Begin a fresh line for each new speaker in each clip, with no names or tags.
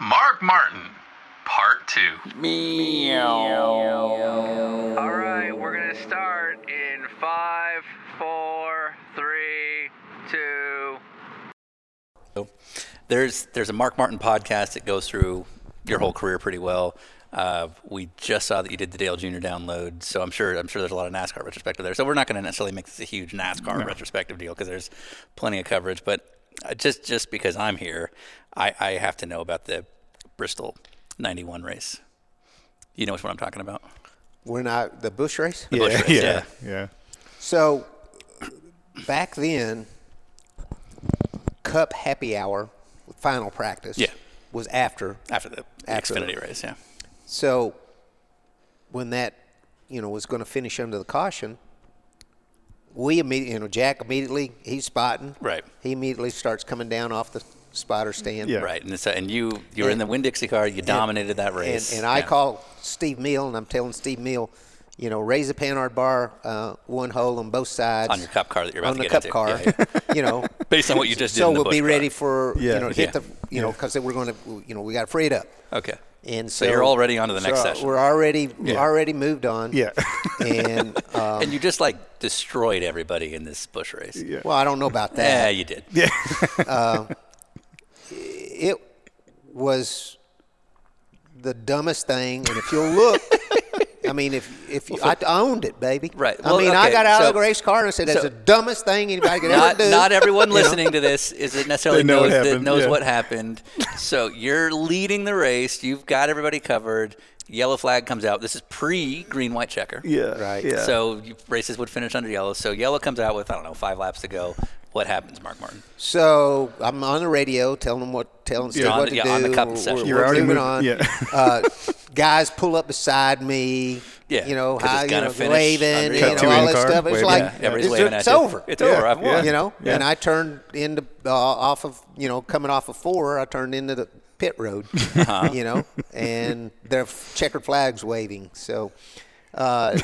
Mark Martin, part two.
All right, we're gonna start in five, four, three, two.
So there's there's a Mark Martin podcast that goes through your whole career pretty well. Uh, we just saw that you did the Dale Jr. download, so I'm sure I'm sure there's a lot of NASCAR retrospective there. So we're not going to necessarily make this a huge NASCAR retrospective deal because there's plenty of coverage. But uh, just just because I'm here, I, I have to know about the Bristol '91 race. You know which one I'm talking about?
We're not the bush race.
bush
yeah,
race, yeah.
yeah, yeah.
So back then, Cup Happy Hour final practice
Yeah.
was after.
After the
After the-
Xfinity race, yeah.
So when that you know was going to finish under the caution, we immediately you know Jack immediately he's spotting.
Right.
He immediately starts coming down off the spotter stand.
Yeah.
Right, and it's, and you you were in the
And-
Winn Dixie car. You dominated that
and,
race,
and I
Yeah.
call Steve Mill, and I'm telling Steve Mill, you know, raise the Panhard bar uh, one hole on both sides
on your cup car that you're about
on
to
the
get
cup
into.
car,
Yeah, yeah.
you know.
Based on what you just did.
so
in the
we'll be
Busch
ready
car.
for
Yeah.
you know hit
Yeah.
the you know because we're going to you know we got to free it up.
Okay.
And
So
so,
you're already on to the next
so uh,
session.
We're already
Yeah.
already moved on.
Yeah.
and um,
and you just like destroyed everybody in this bush race. Yeah,
Yeah.
well, I don't know about that.
yeah you did. Yeah.
it was the dumbest thing. And if you'll look, I mean, if if you, I owned it, baby.
Right.
I
Well,
mean, I
okay,
got out
so-
of the race car and I said, "That's
so-
the dumbest thing anybody could
Not,
ever do."
not everyone listening to this is necessarily
They know what
knows, that
happened,
knows
yeah.
what happened. So you're leading the race. You've got everybody covered. Yellow flag comes out. This is pre green white checker.
Yeah.
Right.
Yeah.
So you, races would finish under yellow. So yellow comes out with I don't know five laps to go. What happens, Mark Martin?
So I'm on the radio telling them what, telling Steve
on
what
the-
to
yeah,
do.
on the cup
We're-
session.
we're
You're already
moving
moving-
on.
yeah.
uh, guys pull up beside me.
Yeah,
you know
'cause it's
hi, you
gonna
know,
finish
waving,
under
you
yellow.
know,
Cut to
all
in
that
car,
stuff. It's
wave.
like
Yeah,
everybody's
it's,
waving
it's
at you.
over.
It's over. I've won.
You know,
Yeah.
and I turned into uh, off of you know coming off of four. I turned into the pit road.
Uh-huh.
You know, and their checkered flags waving. So, uh,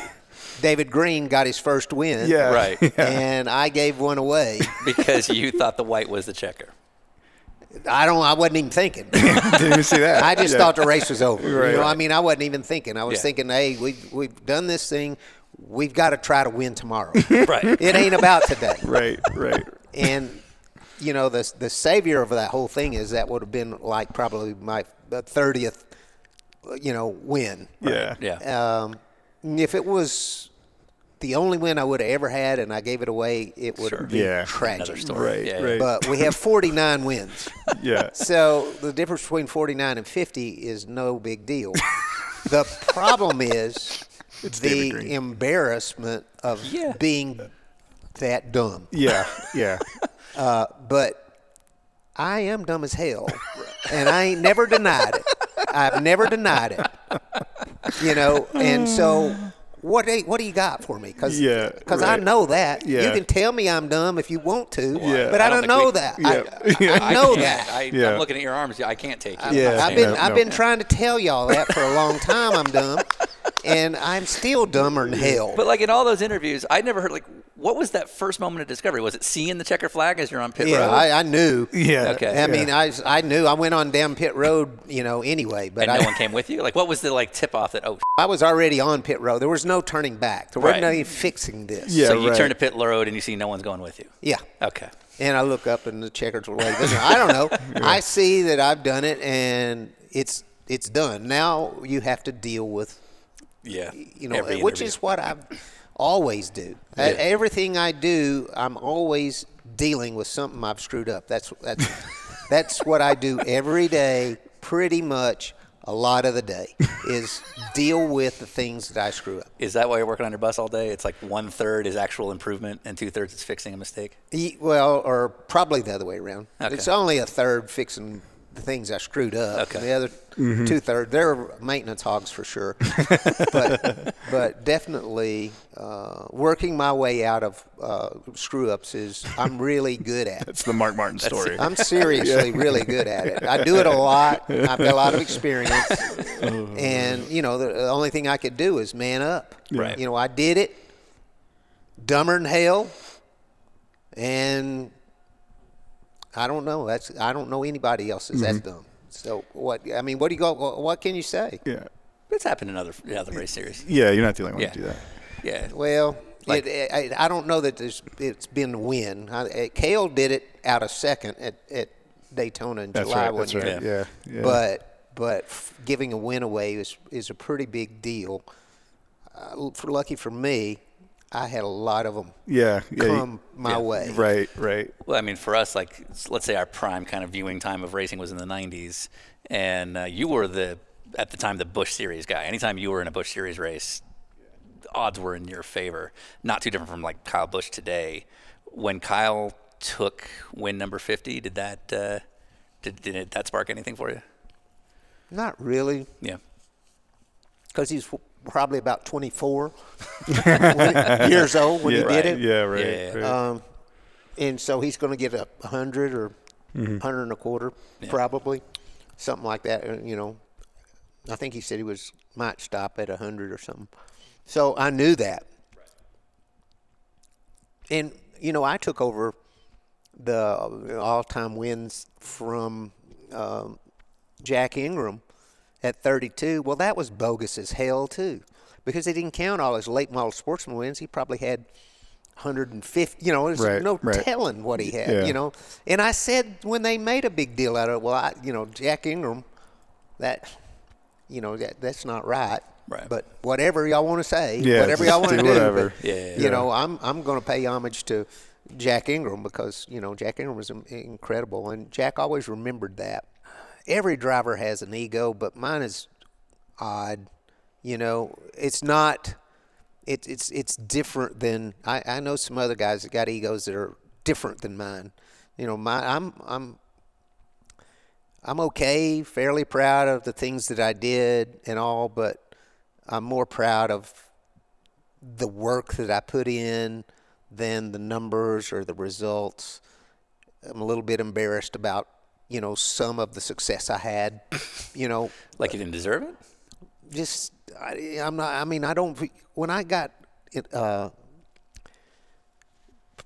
David Green got his first win.
Yeah.
Right.
and I gave one away.
Because you thought the white was the checker.
I don't. I wasn't even thinking.
Didn't even see that.
I just
Yeah.
thought the race was over.
Right.
You know, I mean, I wasn't even thinking. I was
Yeah.
thinking, hey, we we've done this thing. We've got to try to win tomorrow.
Right.
it ain't about today.
Right. Right.
And you know, the the savior of that whole thing is that would have been like probably my thirtieth, you know, win.
Yeah.
Yeah.
Um, if it was the only win I would have ever had, and I gave it away, it would
Sure.
have been
Yeah.
tragic.
Another story.
Right.
Yeah, yeah.
Right.
But we have forty nine wins.
yeah.
So the difference between 49 and 50 is no big deal. the problem is
David Green.
the embarrassment of
Yeah.
being that dumb.
Yeah. Yeah.
But I am dumb as hell, and I ain't never denied it. I've never denied it. You know, and so. What, do- what do you got for me? Because
Yeah,
I
right.
know that. You
Yeah.
can tell me I'm dumb if you want to,
Yeah.
but I,
I don't think
don't, know
we-
that.
Yeah.
I,
Yeah.
I know
Yeah,
that.
I,
Yeah.
I'm looking at your arms. I can't take it.
Yeah.
Oh, I've been
no,
I've
no.
been trying to tell y'all that for a long time. I'm dumb, and I'm still dumber than hell.
But like in all those interviews, I never heard like what was that first moment of discovery? Was it seeing the checker flag as you're on pit
yeah,
road?
I, I knew.
Yeah.
Okay.
I mean, I I knew. I went on down pit road, you know. Anyway, but
and
I,
no one came with you. Like what was the like tip off that oh
I was already on pit road. There was no turning back. There wasn't
Right.
any fixing this.
Yeah,
so you
right.
turn to pit road and you see no one's going with you.
Yeah.
Okay.
And I look up, and the checkers were waving. I don't know. I see that I've done it, and it's it's done. Now you have to deal with
Yeah.
you know,
Every
which
interview.
is what I always do. At Everything I do, I'm always dealing with something I've screwed up. That's that's that's what I do every day, pretty much a lot of the day is deal with the things that I screw up.
Is that why you're working on your bus all day? It's like one third is actual improvement and two thirds is fixing a mistake.
E- Well, or probably the other way around.
Okay.
It's only a third fixing the things I screwed up.
Okay.
The other two thirds, they're maintenance hogs for sure. but, but definitely uh, working my way out of uh, screw ups is I'm really good at.
That's the Mark Martin story.
I'm seriously really good at it. I do it a lot. I've got a lot of experience. and, you know, the, the only thing I could do is man up.
Right.
You know, I did it dumber than hell. And I don't know. That's I don't know anybody else that's that dumb. So what? I mean, what do you go? What what can you say?
Yeah.
It's happened in other in other race series.
Yeah, you're not the only one
Yeah.
to do that.
Yeah.
Well,
Like-
it, I, I don't know that there's, it's been a win. I, Kale did it out of second at, at Daytona in
That's
July
right.
one
That's
year.
right. Yeah. yeah.
But but f- giving a win away is is a pretty big deal. Uh, for lucky for me, I had a lot of them
yeah, yeah, you-
come my way.
Right, right.
Well, I mean, for us, like s- let's say our prime kind of viewing time of racing was in the '90s, and uh, you were the at the time the Bush Series guy. Anytime you were in a Bush Series race, the odds were in your favor. Not too different from like Kyle Bush today. When Kyle took win number 50, did that uh, did, did it, that spark anything for you?
Not really,
Yeah.
because he's w- probably about 24 when- years old when
yeah,
he did
right.
it.
Yeah, right.
Yeah, yeah,
right.
Um, and so he's going to get a 100 or 100 and a quarter, probably, something like that. uh, You know, I think he said he was might stop at 100 or something. So I knew that. And you know, I took over the all-time wins from um, Jack Ingram at 32. Well, that was bogus as hell too, because they didn't count all his late model sportsman wins. He probably had 150. You know, there's
Right,
no
right.
telling what he had.
Yeah.
You know, and I said when they made a big deal out of it, well, I, you know, Jack Ingram, that, you know, that that's not right.
Right.
But whatever y'all want to say,
Yeah,
whatever y'all
just
want to
do
do.
whatever.
but,
Yeah, yeah,
You
yeah.
know, I'm I'm going to pay homage to Jack Ingram because you know Jack Ingram was in- incredible, and Jack always remembered that. Every driver has an ego, but mine is odd. You know, it's not. It's it's it's different than I, I know some other guys that got egos that are different than mine. You know, my I'm I'm I'm okay, fairly proud of the things that I did and all, but I'm more proud of the work that I put in than the numbers or the results. I'm a little bit embarrassed about, you know, some of the success I had. You know,
Like you didn't deserve it?
just I, I'm not. I mean, I don't. When I got it, uh,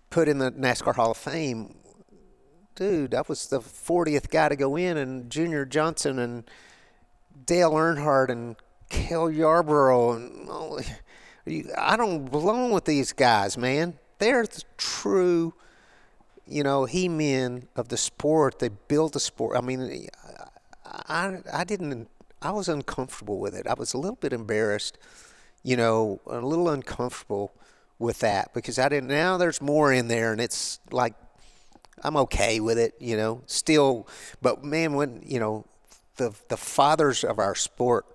put in the NASCAR Hall of Fame, dude, I was the 40th guy to go in, and Junior Johnson and Dale Earnhardt and Kel Yarborough and all, you, I don't belong with these guys, man. They're the true, you know, he men of the sport. They built the sport. I mean, I I didn't I was uncomfortable with it. I was a little bit embarrassed, you know, a little uncomfortable with that because I didn't now there's more in there and it's like I'm okay with it, you know. Still but man when you know the the fathers of our sport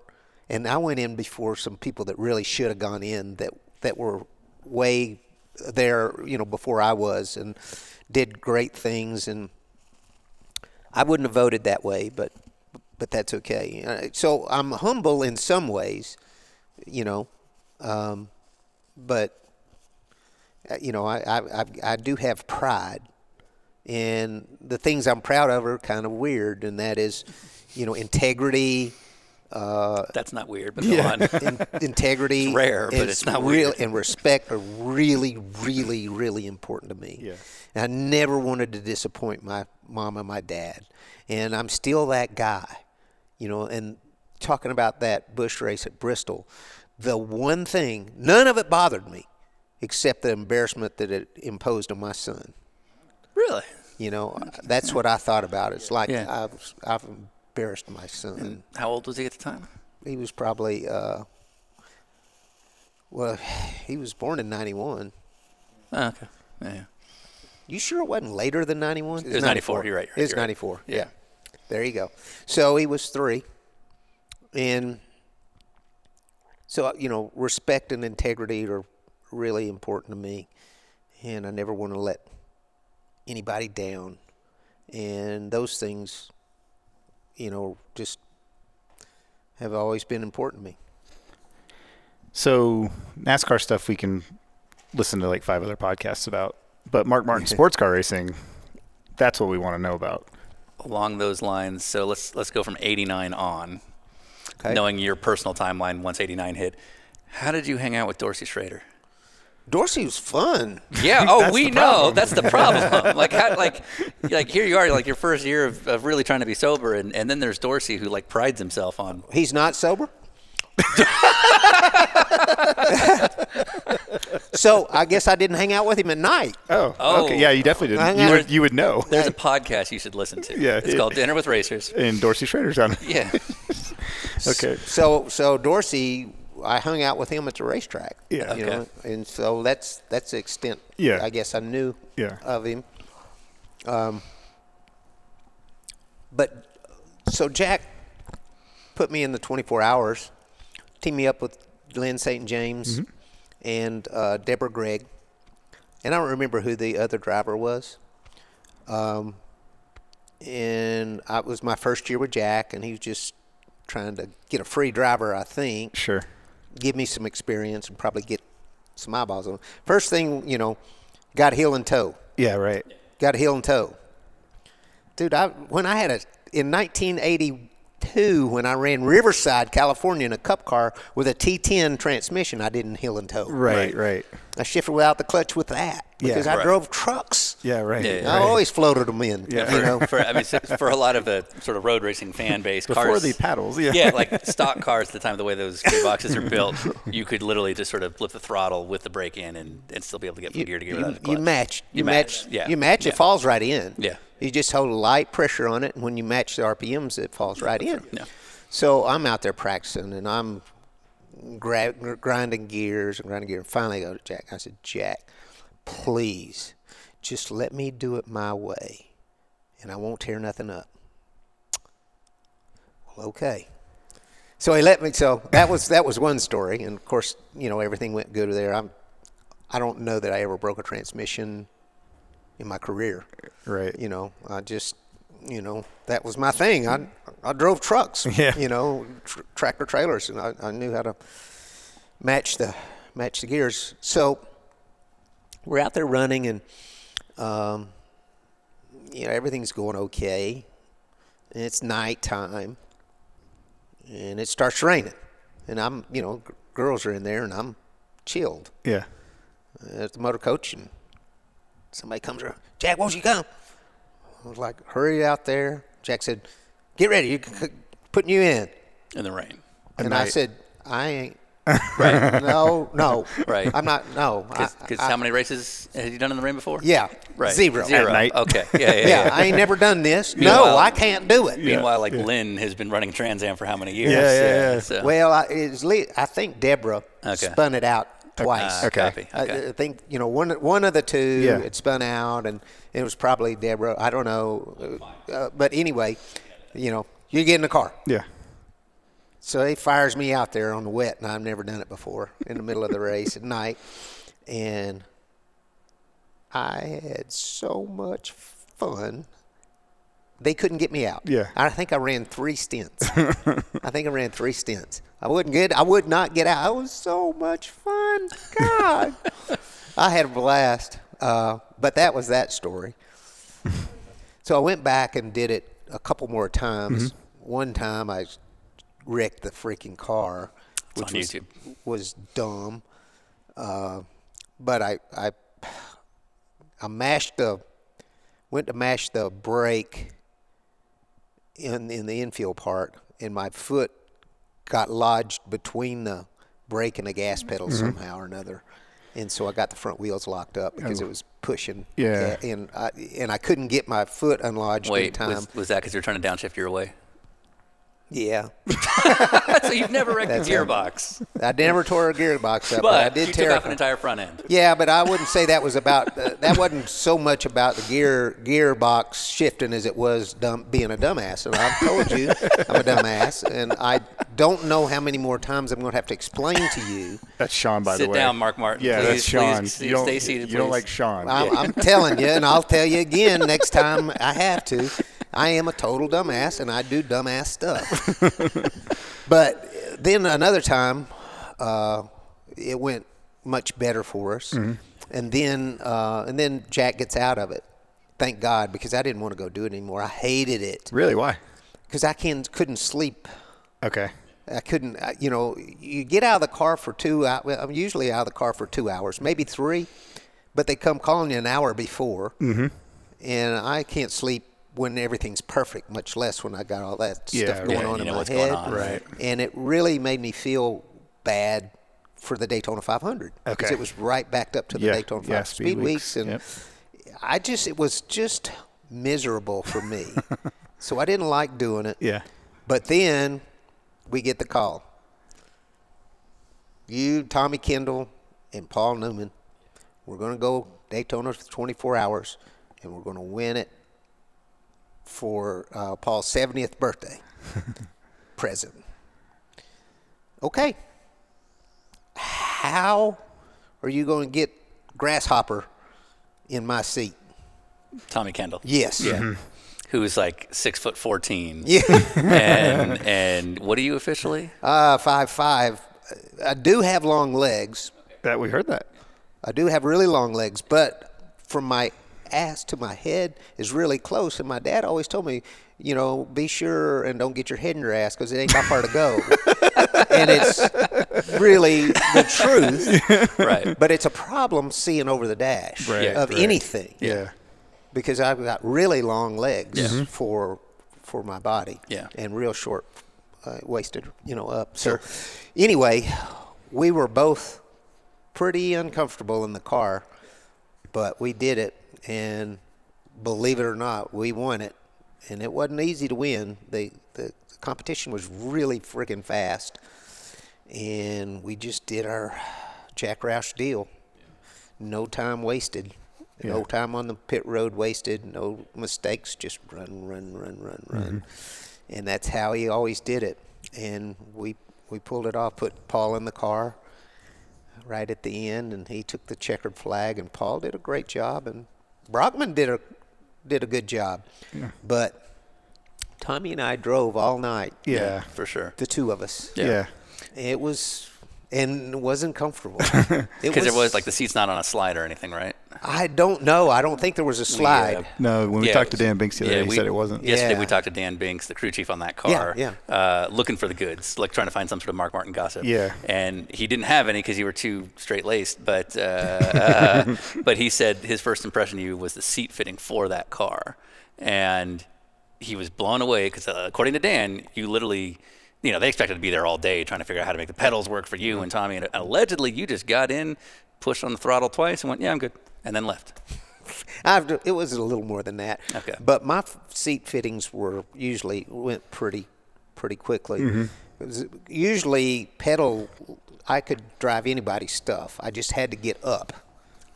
and I went in before some people that really should have gone in that that were way there, you know, before I was and did great things and I wouldn't have voted that way, but but that's okay. Uh, So I'm humble in some ways, you know, um, but uh, you know I, I I I do have pride, and the things I'm proud of are kind of weird, and that is, you know, integrity.
That's not weird, but go on.
In, integrity,
It's rare, but
and
it's not
real,
weird.
and respect are really, really, really important to me.
Yeah.
And I never wanted to disappoint my mom and my dad, and I'm still that guy, you know. And talking about that bush race at Bristol, the one thing, none of it bothered me, except the embarrassment that it imposed on my son.
really?
You know, that's what I thought about. It's like
Yeah.
I've, I've embarrassed my son
How old was he at the time?
he was probably uh, well he was born in 91
Oh, okay. Yeah. yeah.
you sure it wasn't later than 91
was 94, you're right, you're right,
it's
you're right.
94 yeah. there you go so he was three and so uh, you know respect and integrity are really important to me and i never want to let anybody down and those things you know just have always been important to me
So NASCAR stuff we can listen to like five other podcasts about, but Mark Martin sports car racing, that's what we want to know about.
along those lines. So let's let's go from 89 on,
okay
knowing your personal timeline once 89 hit. How did you hang out with Dorsey Schrader?
Dorsey was fun.
Yeah. Oh,
That's
we
the
know.
problem.
That's the problem. like, how, like, like here you are, like your first year of, of really trying to be sober, and, and then there's Dorsey who like prides himself on.
He's not sober. so I guess I didn't hang out with him at night.
Oh,
Oh.
okay. Yeah, you definitely
Hang
did. You
on.
would, you would know.
There's a podcast you should listen to.
Yeah.
It's called Dinner with Racers.
And Dorsey Schrader's on it.
Yeah.
Okay.
So so Dorsey, I hung out with him at the racetrack.
Yeah.
you
Okay.
know, and so that's that's the extent.
Yeah.
I guess I knew
Yeah.
of him. Um, but so Jack put me in the 24 hours, teamed me up with Glenn St. James and uh, Deborah Gregg, and I don't remember who the other driver was. Um, and I, it was my first year with Jack, and he was just trying to get a free driver, I think
Sure.
give me some experience and probably get some eyeballs on. it. First thing, you know, got heel and toe.
Yeah, right.
Got heel and toe. Dude, I when I had a in 1982 when I ran Riverside, California in a cup car with a T10 transmission, I didn't heel and toe.
Right, right.
I shifted without the clutch with that
Yeah.
because I
Right.
drove trucks.
Yeah, right.
Yeah,
I
right.
always floated them in,
Yeah.
you know.
For I mean, so- for a lot of the sort of road racing fan base,
Before
cars,
the paddles, yeah.
yeah, like stock cars at the time, the way those gearboxes are built, you could literally just sort of lift the throttle with the brake in and, and still be able to get from gear to gear without a clutch.
You match. You,
You
match.
match, yeah,
You match.
yeah.
It falls right in.
Yeah.
You just hold a light pressure on it, and when you match the RPMs, it falls right in.
Yeah.
So I'm out there practicing, and I'm gra- gr- grinding gears and grinding gear. And finally, I go to Jack. I said, Jack, please, just let me do it my way, and I won't tear nothing up. Well, okay. So he let me. So that was that was one story, and of course, you know, everything went good there. I'm, I don't know that I ever broke a transmission in my career.
Right.
You know, I just, you know, that was my thing. I I drove trucks.
Yeah.
You know, tr- tractor trailers, and I, I knew how to match the match the gears. So we're out there running, and um, you know, everything's going okay. And it's nighttime, and it starts raining, and I'm, you know, g- girls are in there, and I'm chilled
Yeah.
at the motor coach, and somebody comes around. Jack, won't you come? I was like, hurry out there. Jack said, get ready. You're c- c- putting you in.
in the rain.
And I
night.
said, I ain't.
Right.
No, no.
Right.
I'm not. No. I-
Because
I-
how many races have you done in the rain before?
Yeah.
Right.
Zero.
Zero.
At night.
Okay. Yeah. Yeah. yeah,
Yeah, I ain't never done this. No,
Meanwhile-
I can't do it.
Meanwhile, like Lynn has been running Trans Am for how many years?
Yeah, yeah, yeah.
so-
Well, I, it's le- I think Deborah
Okay.
spun it out twice.
Ah, copy.
I-
Okay.
I, think you know one one of the two
Yeah.
it spun out, and it was probably Deborah. I don't know, uh, but anyway, you know, you get in the car.
Yeah.
So he fires me out there on the wet, and I've never done it before in the middle of the race at night, and I had so much fun. They couldn't get me out.
Yeah.
I think I ran three stints. I think I ran three stints. I wouldn't get. I would not get out. It was so much fun. God, I had a blast. Uh, but that was that story. So I went back and did it a couple more times. One time I wrecked the freaking car, which
on
was,
YouTube.
was dumb. Uh, but I, I I mashed the went to mash the brake in in the infield part, and my foot got lodged between the brake and the gas pedal somehow or another, and so I got the front wheels locked up because it was pushing.
Yeah.
a- and I and I couldn't get my foot unlodged in
Wait,
time.
was, was that because you're trying to downshift your way?
yeah,
so you've never wrecked a gearbox,
I never tore a gearbox up, but,
but
I did
you
tear
took
a-
off an entire front end.
Yeah, but I wouldn't say that was about uh, that wasn't so much about the gear gearbox shifting as it was dumb, being a dumbass. And I've told you I'm a dumbass, and I don't know how many more times I'm going to have to explain to you.
That's Sean, by
Sit
the way.
down, Mark Martin.
Yeah,
Please,
that's Sean.
please,
you
s-
don't,
stay seated,
You don't
please.
like Sean.
I'm, I'm telling you, and I'll tell you again next time I have to. I am a total dumbass, and I do dumbass stuff. but then another time, uh, it went much better for us, and then uh, and then Jack gets out of it. Thank God, because I didn't want to go do it anymore. I hated it
really? Why?
because I can couldn't sleep.
Okay.
I couldn't, I- you know, you get out of the car for two, hou- well, I'm usually out of the car for two hours, maybe three, but they come calling you an hour before. Mm-hmm. And I can't sleep when everything's perfect, much less when I got all that
Yeah,
stuff
right.
going
Yeah,
on
you
in
know
my
what's going
head.
on, right.
And it really made me feel bad for the Daytona 500 because
Okay.
it was right backed up to the
Yeah,
Daytona 500
yeah,
speed,
speed
weeks.
weeks,
And
yep.
I just, it was just miserable for me. so I didn't like doing it.
Yeah.
But then we get the call. You, Tommy Kendall, and Paul Newman, we're going to go Daytona for 24 hours, and we're going to win it for uh, Paul's 70th birthday present. Okay. How are you going to get Grasshopper in my seat?
Tommy Kendall,
Yes.
who's like six foot fourteen.
Yeah.
and and what are you officially?
Uh, five five. I do have long legs.
That we heard that.
I do have really long legs, but from my ass to my head is really close. And my dad always told me, you know, be sure and don't get your head in your ass because it ain't my far to go. and it's really the truth,
Right.
but it's a problem seeing over the dash
Right,
of
right.
anything
Yeah.
because I've got really long legs for for my body.
Yeah.
And real short uh, waisted, you know, up. So anyway, we were both pretty uncomfortable in the car, but we did it and believe it or not, we won it. And it wasn't easy to win. The the competition was really freaking fast. And we just did our Jack Roush deal no time wasted. No time on the pit road wasted. No mistakes. Just run, run, run, run, run. And that's how he always did it. And we we pulled it off. Put Paul in the car right at the end, and he took the checkered flag. And Paul did a great job, and Brockman did a did a good job. But Tommy and I drove all night.
Yeah.
For sure.
the two of us.
Yeah.
It was. And it wasn't comfortable.
Because there was like the seat's not on a slide or anything, right?
I don't know. I don't think there was a slide.
uh,
No, when we
Yeah,
talked to
it was-
Dan Binks the other day, he
we-
said it wasn't.
Yesterday we
Yeah.
talked to Dan Binks, the crew chief on that car,
Yeah,
Uh, looking for the goods, like trying to find some sort of Mark Martin gossip.
Yeah.
And he didn't have any because you were too straight laced. But uh, uh, but he said his first impression of you was the seat fitting for that car, and he was blown away because uh, according to Dan, you literally. You know, they expected to be there all day trying to figure out how to make the pedals work for you and Tommy. And allegedly, you just got in, pushed on the throttle twice, and went, "Yeah, I'm good," and then left.
I've, d- it was a little more than that.
Okay.
But my f- seat fittings were usually went pretty, pretty quickly.
Mm-hmm.
It was usually pedal, I could drive anybody's stuff. I just had to get up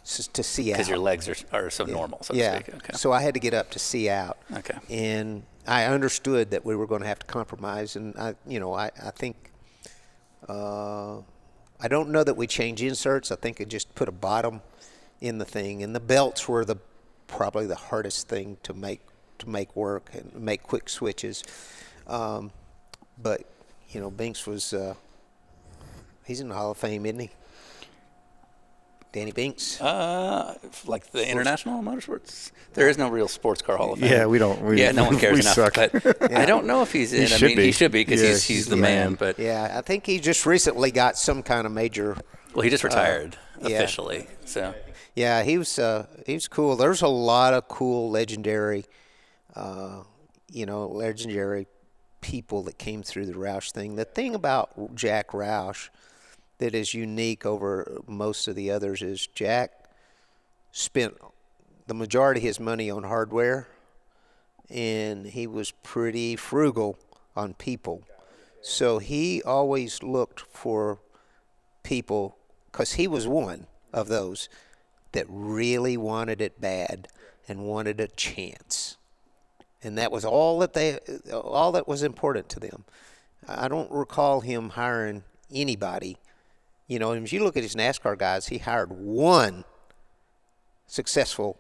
s- to see out.
because your legs are, are so normal, so
yeah.
to speak. Okay.
So I had to get up to see out.
Okay.
And I understood that we were going to have to compromise, and I, you know, I, I think. Uh, I don't know that we change inserts. I think it just put a bottom in the thing, and the belts were the probably the hardest thing to make to make work and make quick switches. Um, but you know, Binks was uh, he's in the Hall of Fame, isn't he? Danny Binks.
uh, like the international motorsports, there is no real sports car hall of fame.
Yeah, we don't- we-
yeah, no one cares
we
enough.
suck.
But I don't know if he's in. I
should
mean,
be.
he should be because
Yeah,
he's, he's the man. But
Yeah, I think he just recently got some kind of major.
well, he just
Uh,
retired
yeah.
officially. So
Yeah, he was uh, he was cool. There's a lot of cool legendary, uh, you know, legendary people that came through the Roush thing. The thing about Jack Roush that is unique over most of the others is Jack spent the majority of his money on hardware, and he was pretty frugal on people. So he always looked for people because he was one of those that really wanted it bad and wanted a chance and that was all that they all that was important to them i don't recall him hiring anybody you know and if you look at his nascar guys he hired one successful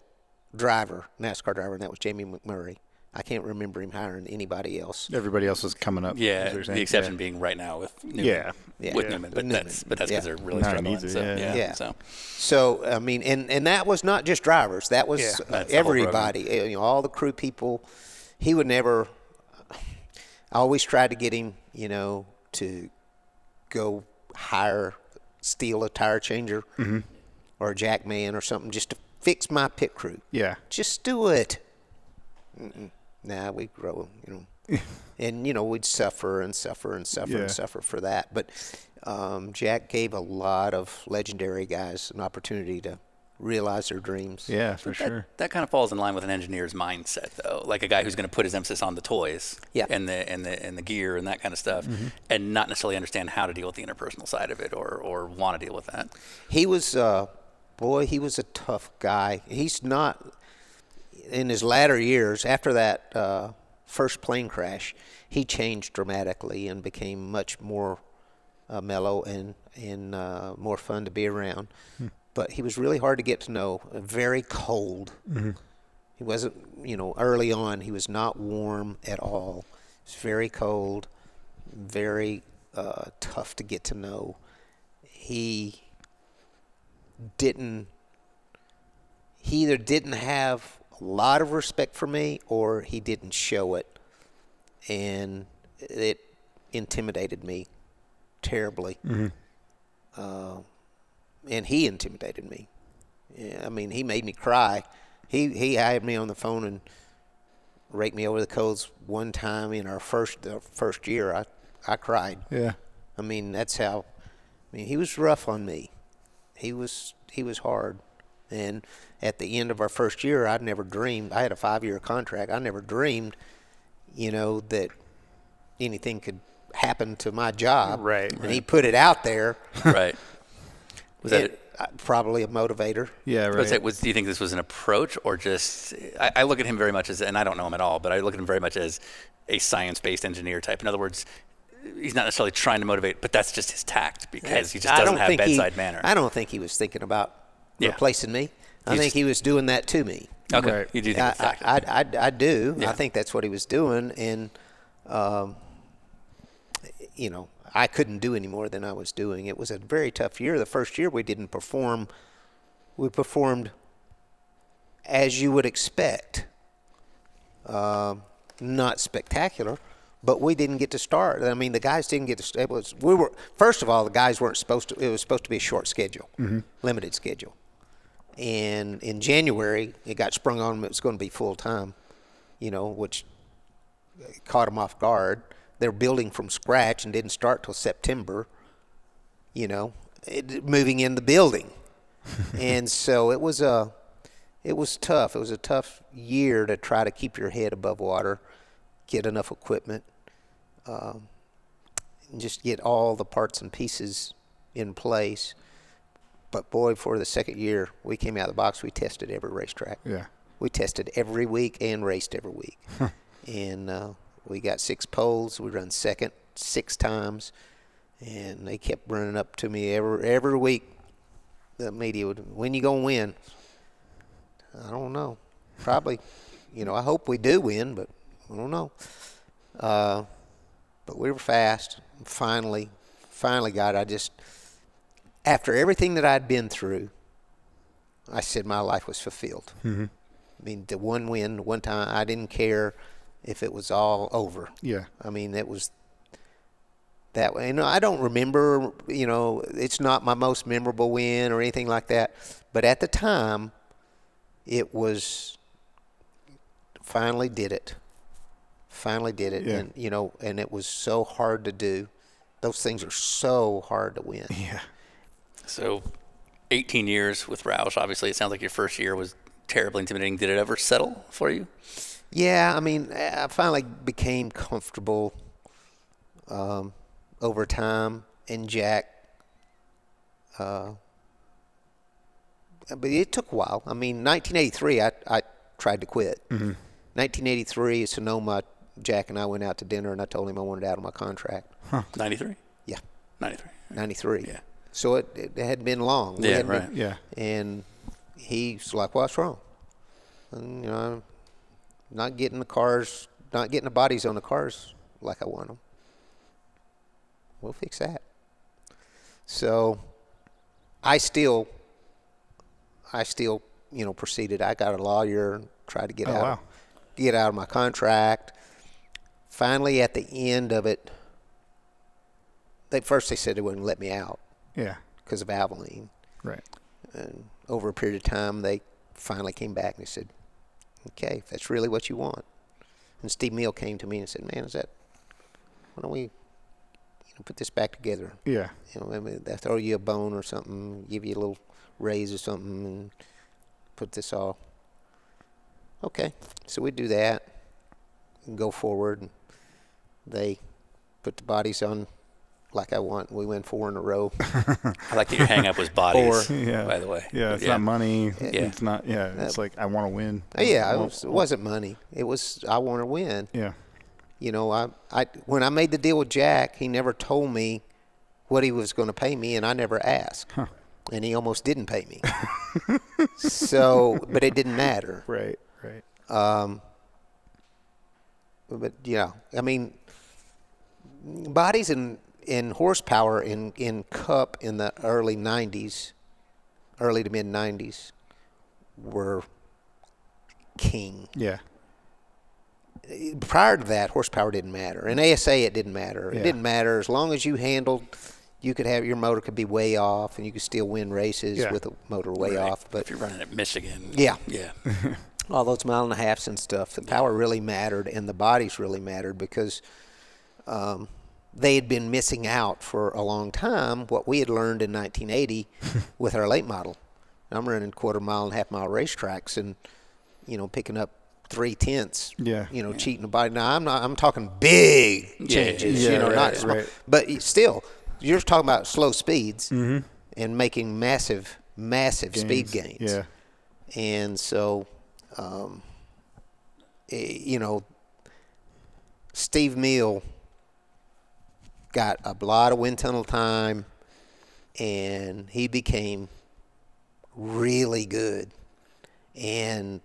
driver nascar driver and that was jamie mcmurray i can't remember him hiring anybody else
Everybody else was coming up.
yeah,
is what you're saying.
the exception being right now with Newman,
Yeah.
Yeah.
with
Yeah.
Newman, but
Newman.
that's but that's because
Yeah.
they're really
Not
struggling.
easy,
so,
yeah.
yeah.
Yeah.
so
So I mean, and and that was not just drivers. That was
Yeah.
uh,
That's the whole program.
everybody. uh, You know, all the crew people. He would never. I always tried to get him, you know, to go hire, steal a tire changer
Mm-hmm.
or a jackman or something just to fix my pit crew.
Yeah.
Just do it. Mm-mm. Nah, we grow, you know. and, you know, we'd suffer and suffer and suffer
Yeah.
and suffer for that. But um, Jack gave a lot of legendary guys an opportunity to realize their dreams.
Yeah, for sure.
That kind of falls in line with an engineer's mindset, though, like a guy who's going to put his emphasis on the toys
Yeah. Mm-hmm.
and the and the and the gear and that kind of stuff, and not necessarily understand how to deal with the interpersonal side of it or or want to deal with that.
He was, uh, boy, he was a tough guy. He's not, in his latter years, after that uh, first plane crash, he changed dramatically and became much more uh, mellow and, and uh, more fun to be around. But he was really hard to get to know, uh, very cold. He wasn't, you know, early on, he was not warm at all. He was very cold, very uh, tough to get to know. He didn't he either didn't have a lot of respect for me or he didn't show it and it intimidated me terribly uh, and he intimidated me yeah, i mean he made me cry he he had me on the phone and raked me over the coals one time in our first the first year i i cried
Yeah.
I mean, that's how. I mean, he was rough on me. He was he was hard. And at the end of our first year, I never dreamed. I had a five-year contract. I never dreamed, you know, that anything could happen to my job.
Right,
And
right.
he put it out there.
right. Was that?
It- uh, probably a motivator.
Yeah,
Was
right.
that was, do you think this was an approach or just? I, I look at him very much as, and I don't know him at all, but I look at him very much as a science-based engineer type. In other words, he's not necessarily trying to motivate, but that's just his tact because he just
I
doesn't
don't
have
think
bedside
he,
manner.
I don't think he was thinking about
Yeah.
replacing me. I
He's-
think he was doing that to me.
okay,
Right.
you do think it's
I,
tactic.
I, I, I- I do.
Yeah.
I think that's what he was doing, and um, you know, I couldn't do any more than I was doing. It was a very tough year. The first year we didn't perform. We performed as you would expect, um, not spectacular, but we didn't get to start. I mean, the guys didn't get to. st- It was, we were first of all the guys weren't supposed to. It was supposed to be a short schedule,
Mm-hmm.
limited schedule and in January it got sprung on them. It was going to be full time, you know, which uh, caught them off guard. They're building from scratch and didn't start till September, you know, it, moving in the building, and so it was a, it was tough. It was a tough year to try to keep your head above water, get enough equipment, um, and just get all the parts and pieces in place. But boy, for the second year, we came out of the box. We tested every racetrack.
Yeah.
We tested every week and raced every week. and uh, we got six poles. We run second six times, and they kept running up to me every every week. The media would, when you gonna win? I don't know. Probably, you know. I hope we do win, but I don't know. Uh, but we were fast. Finally, finally, God, I just after everything that I'd been through, I said my life was fulfilled. Mm-hmm. I mean, the one win, the one time, I didn't care if it was all over.
Yeah.
I mean, it was that way. And I don't remember, you know, it's not my most memorable win or anything like that. But at the time, it was finally did it. Finally did it.
Yeah.
And, you know, and it was so hard to do. Those things are so hard to win.
Yeah.
So, 18 years with Roush. Obviously, it sounds like your first year was terribly intimidating. Did it ever settle for you?
Yeah, I mean, I finally became comfortable um, over time, and Jack. Uh, but it took a while. I mean, 1983, I, I tried to quit.
Mm-hmm.
1983, Sonoma, Jack and I went out to dinner, and I told him I wanted out of my contract.
93,
Yeah,
93.
93.
Yeah.
So it, it had been long. We
Yeah,
hadn't been-
right.
Yeah.
and he's like, "What's wrong?" And you know, I'm not getting the cars, not getting the bodies on the cars like I want them. We'll fix that. So, I still, I still, you know, proceeded. I got a lawyer, tried to get
Oh,
out,
wow.
get out of my contract. Finally, at the end of it, They first they said they wouldn't let me out
Yeah.
because of Valvoline.
Right.
And over a period of time, they finally came back and they said, "Okay, if that's really what you want." And Steve Mill came to me and said, "Man, is that? Why don't we, you know, put this back together?
Yeah.
You know, maybe they throw you a bone or something, give you a little raise or something, and put this all." Okay, so we do that and go forward. And they put the bodies on like I want. We win four in a row.
I like that your hang up was bodies,
Yeah.
by the way.
Yeah. It's not money. It's not. Yeah. It's
Uh,
like I want to win.
Yeah, it,
Well,
was, it wasn't money. It was I want to win.
Yeah.
You know, I, I when I made the deal with Jack, he never told me what he was going to pay me, and I never asked. And he almost didn't pay me. so, but it didn't matter.
Right. Right.
But yeah, I mean, bodies in in horsepower in in cup in the early '90s, early to mid '90s, were king.
Yeah.
prior to that, horsepower didn't matter. In ASA, it didn't matter. It
Yeah.
didn't matter as long as you handled. You could have your motor could be way off, and you could still win races
Yeah.
with a motor way off. But
If you're running at Michigan.
Yeah.
Yeah.
all those mile and a halfs and stuff, the power really mattered, and the bodies really mattered because um, they had been missing out for a long time what we had learned in 1980 with our late model. And I'm running quarter mile and half mile racetracks, and you know picking up three tenths.
Yeah.
you know cheating the body. Now I'm not. I'm talking big changes.
yeah,
you know,
right,
not small.
right.
But y- still, you're talking about slow speeds
Mm-hmm.
and making massive, massive speed gains.
Yeah.
And so, um, eh, you know, Steve Mill got a lot of wind tunnel time and he became really good. And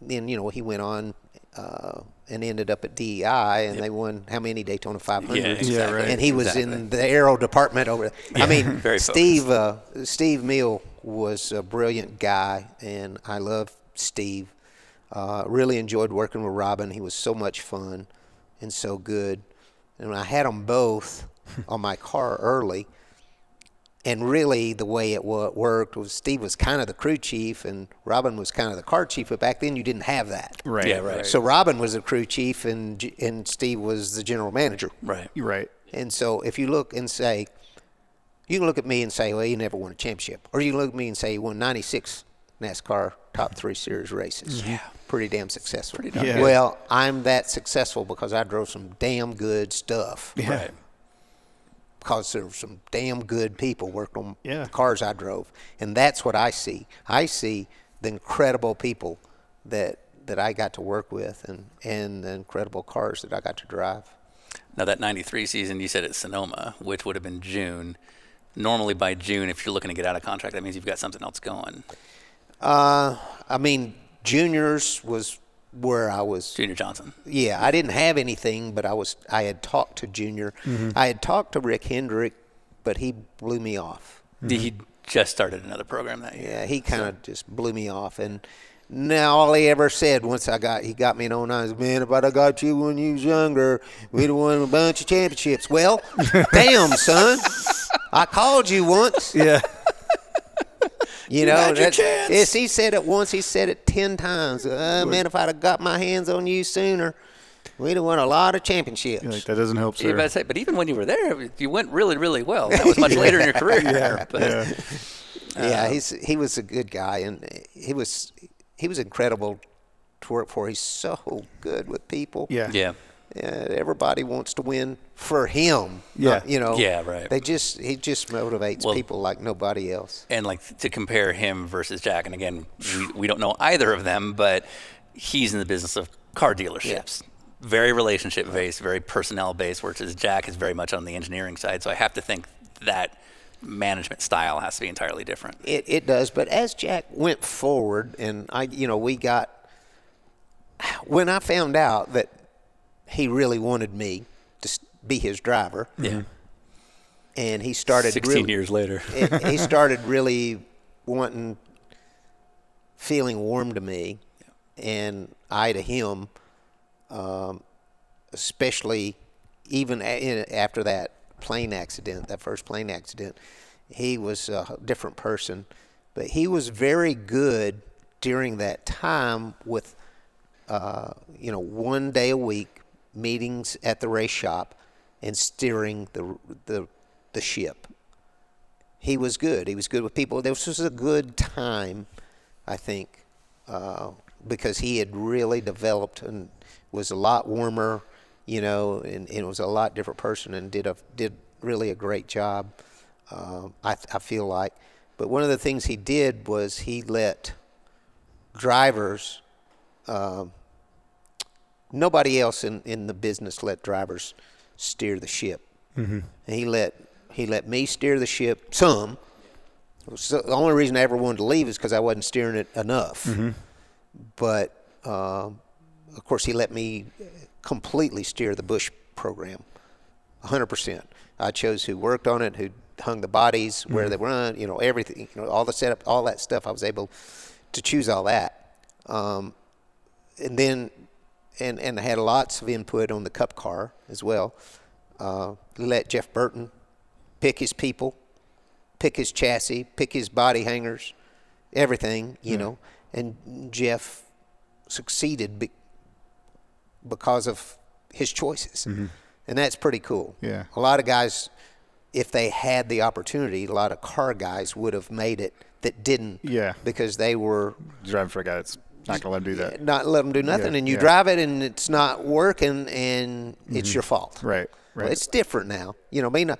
then, you know, he went on uh, and ended up at DEI and they won how many Daytona 500s?
Yeah, exactly,
right.
And he was in the aero department over there. I mean,
very
Steve uh, Steve Mill was a brilliant guy, and I love Steve. Uh, really enjoyed working with Robin. He was so much fun and so good. And I had them both on my car early. And really, the way it wo- worked was Steve was kind of the crew chief, and Robin was kind of the car chief. But back then, you didn't have that.
Right.
Yeah, right.
So Robin was the crew chief, and G- and Steve was the general manager.
Right.
You're right.
And so if you look and say, you can look at me and say, well, you never won a championship. Or you can look at me and say, you won 96 NASCAR top three series races. Yeah. Pretty damn successful. Pretty
damn Yeah. good.
Well, I'm that successful because I drove some damn good stuff.
Yeah.
Right.
Because there were some damn good people working on
Yeah.
the cars I drove. And that's what I see. I see the incredible people that, that I got to work with and, and the incredible cars that I got to drive.
Now that '93 season, you said at Sonoma, which would have been June. Normally by June, if you're looking to get out of contract, that means you've got something else going.
I mean, juniors was where I was.
Junior Johnson.
Yeah, I didn't have anything, but I was. I had talked to junior. I had talked to Rick Hendrick, but he blew me off.
Mm-hmm.
He just started another program that year.
Yeah, he kind of just blew me off, and now all he ever said once I got he got me in 09 man, if I'd have got you when you was younger, we'd have won a bunch of championships. Well, damn son, I called you once.
Yeah.
You know,
had your
that-
chance.
yes, he said it once. He said it ten times. Uh, man, if I'd have got my hands on you sooner, we'd have won a lot of championships.
Like that doesn't help,
Yeah,
sir.
but, I'd say, but even when you were there, you went really, really well. That was much later in your career. but
yeah.
yeah, he's he was a good guy, and he was he was incredible to work for. He's so good with people.
Yeah.
yeah.
And everybody wants to win for him.
Yeah.
not- you know.
Yeah, right.
They just he just motivates
Well-
people like nobody else.
and like to compare him versus Jack, and again, we, we don't know either of them, but he's in the business of car dealerships. Very relationship based, very personnel based, whereas Jack is very much on the engineering side. So I have to think that management style has to be entirely different.
It, it does, but as Jack went forward, and I, you know, we got when I found out that he really wanted me to s- be his driver. Yeah. And he started really,
years later.
it- he started really wanting, feeling warm to me, and I to him, um, especially even a, in, after that plane accident, that first plane accident, he was a different person, but he was very good during that time with, uh, you know, one day a week meetings at the race shop and steering the the the ship. He was good. He was good with people. This was a good time, I think, uh, because he had really developed and was a lot warmer, you know, and, and was a lot different person and did a did really a great job. Uh, I, I feel like, but one of the things he did was he let drivers. Um, nobody else in, in the business let drivers steer the ship. Mm-hmm. And he let he let me steer the ship some. So the only reason I ever wanted to leave is because I wasn't steering it enough. But uh, of course, he let me completely steer the Bush program, 100%. I chose who worked on it, who hung the bodies, where they run, you know, everything, you know, all the setup, all that stuff. I was able to choose all that. Um, and then and and I had lots of input on the Cup car as well. Uh, let Jeff Burton pick his people, pick his chassis, pick his body hangers, everything you
Hmm.
know. And Jeff succeeded be- because of his choices, and that's pretty cool.
Mm-hmm. Yeah.
a lot of guys, if they had the opportunity, a lot of car guys would have made it that didn't.
Yeah.
because they were
driving for a guy that's not gonna let him do that.
not let them do nothing,
Yeah,
and you
yeah. Mm-hmm.
drive it, and it's not working, and it's your fault.
Right,
Well,
right.
it's different now. You know, I mean, uh,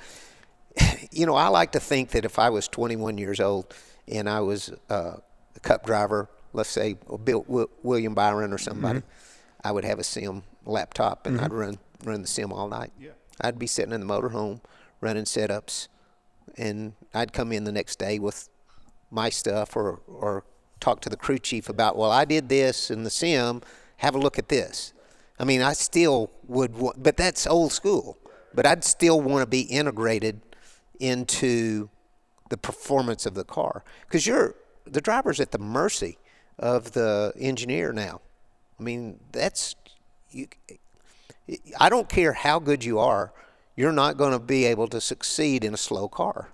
you know, I like to think that if I was 21 years old and I was uh, a cup driver, let's say Bill w- William Byron or somebody,
Mm-hmm.
I would have a sim laptop and I'd run run the sim all night. Yeah. I'd be sitting in the motorhome running setups, and I'd come in the next day with my stuff or or talk to the crew chief about well I did this in the sim have a look at this I mean I still would wa- but that's old school but I'd still want to be integrated into the performance of the car cuz you're the driver's at the mercy of the engineer now I mean that's you I don't care how good you are you're not going to be able to succeed in a slow car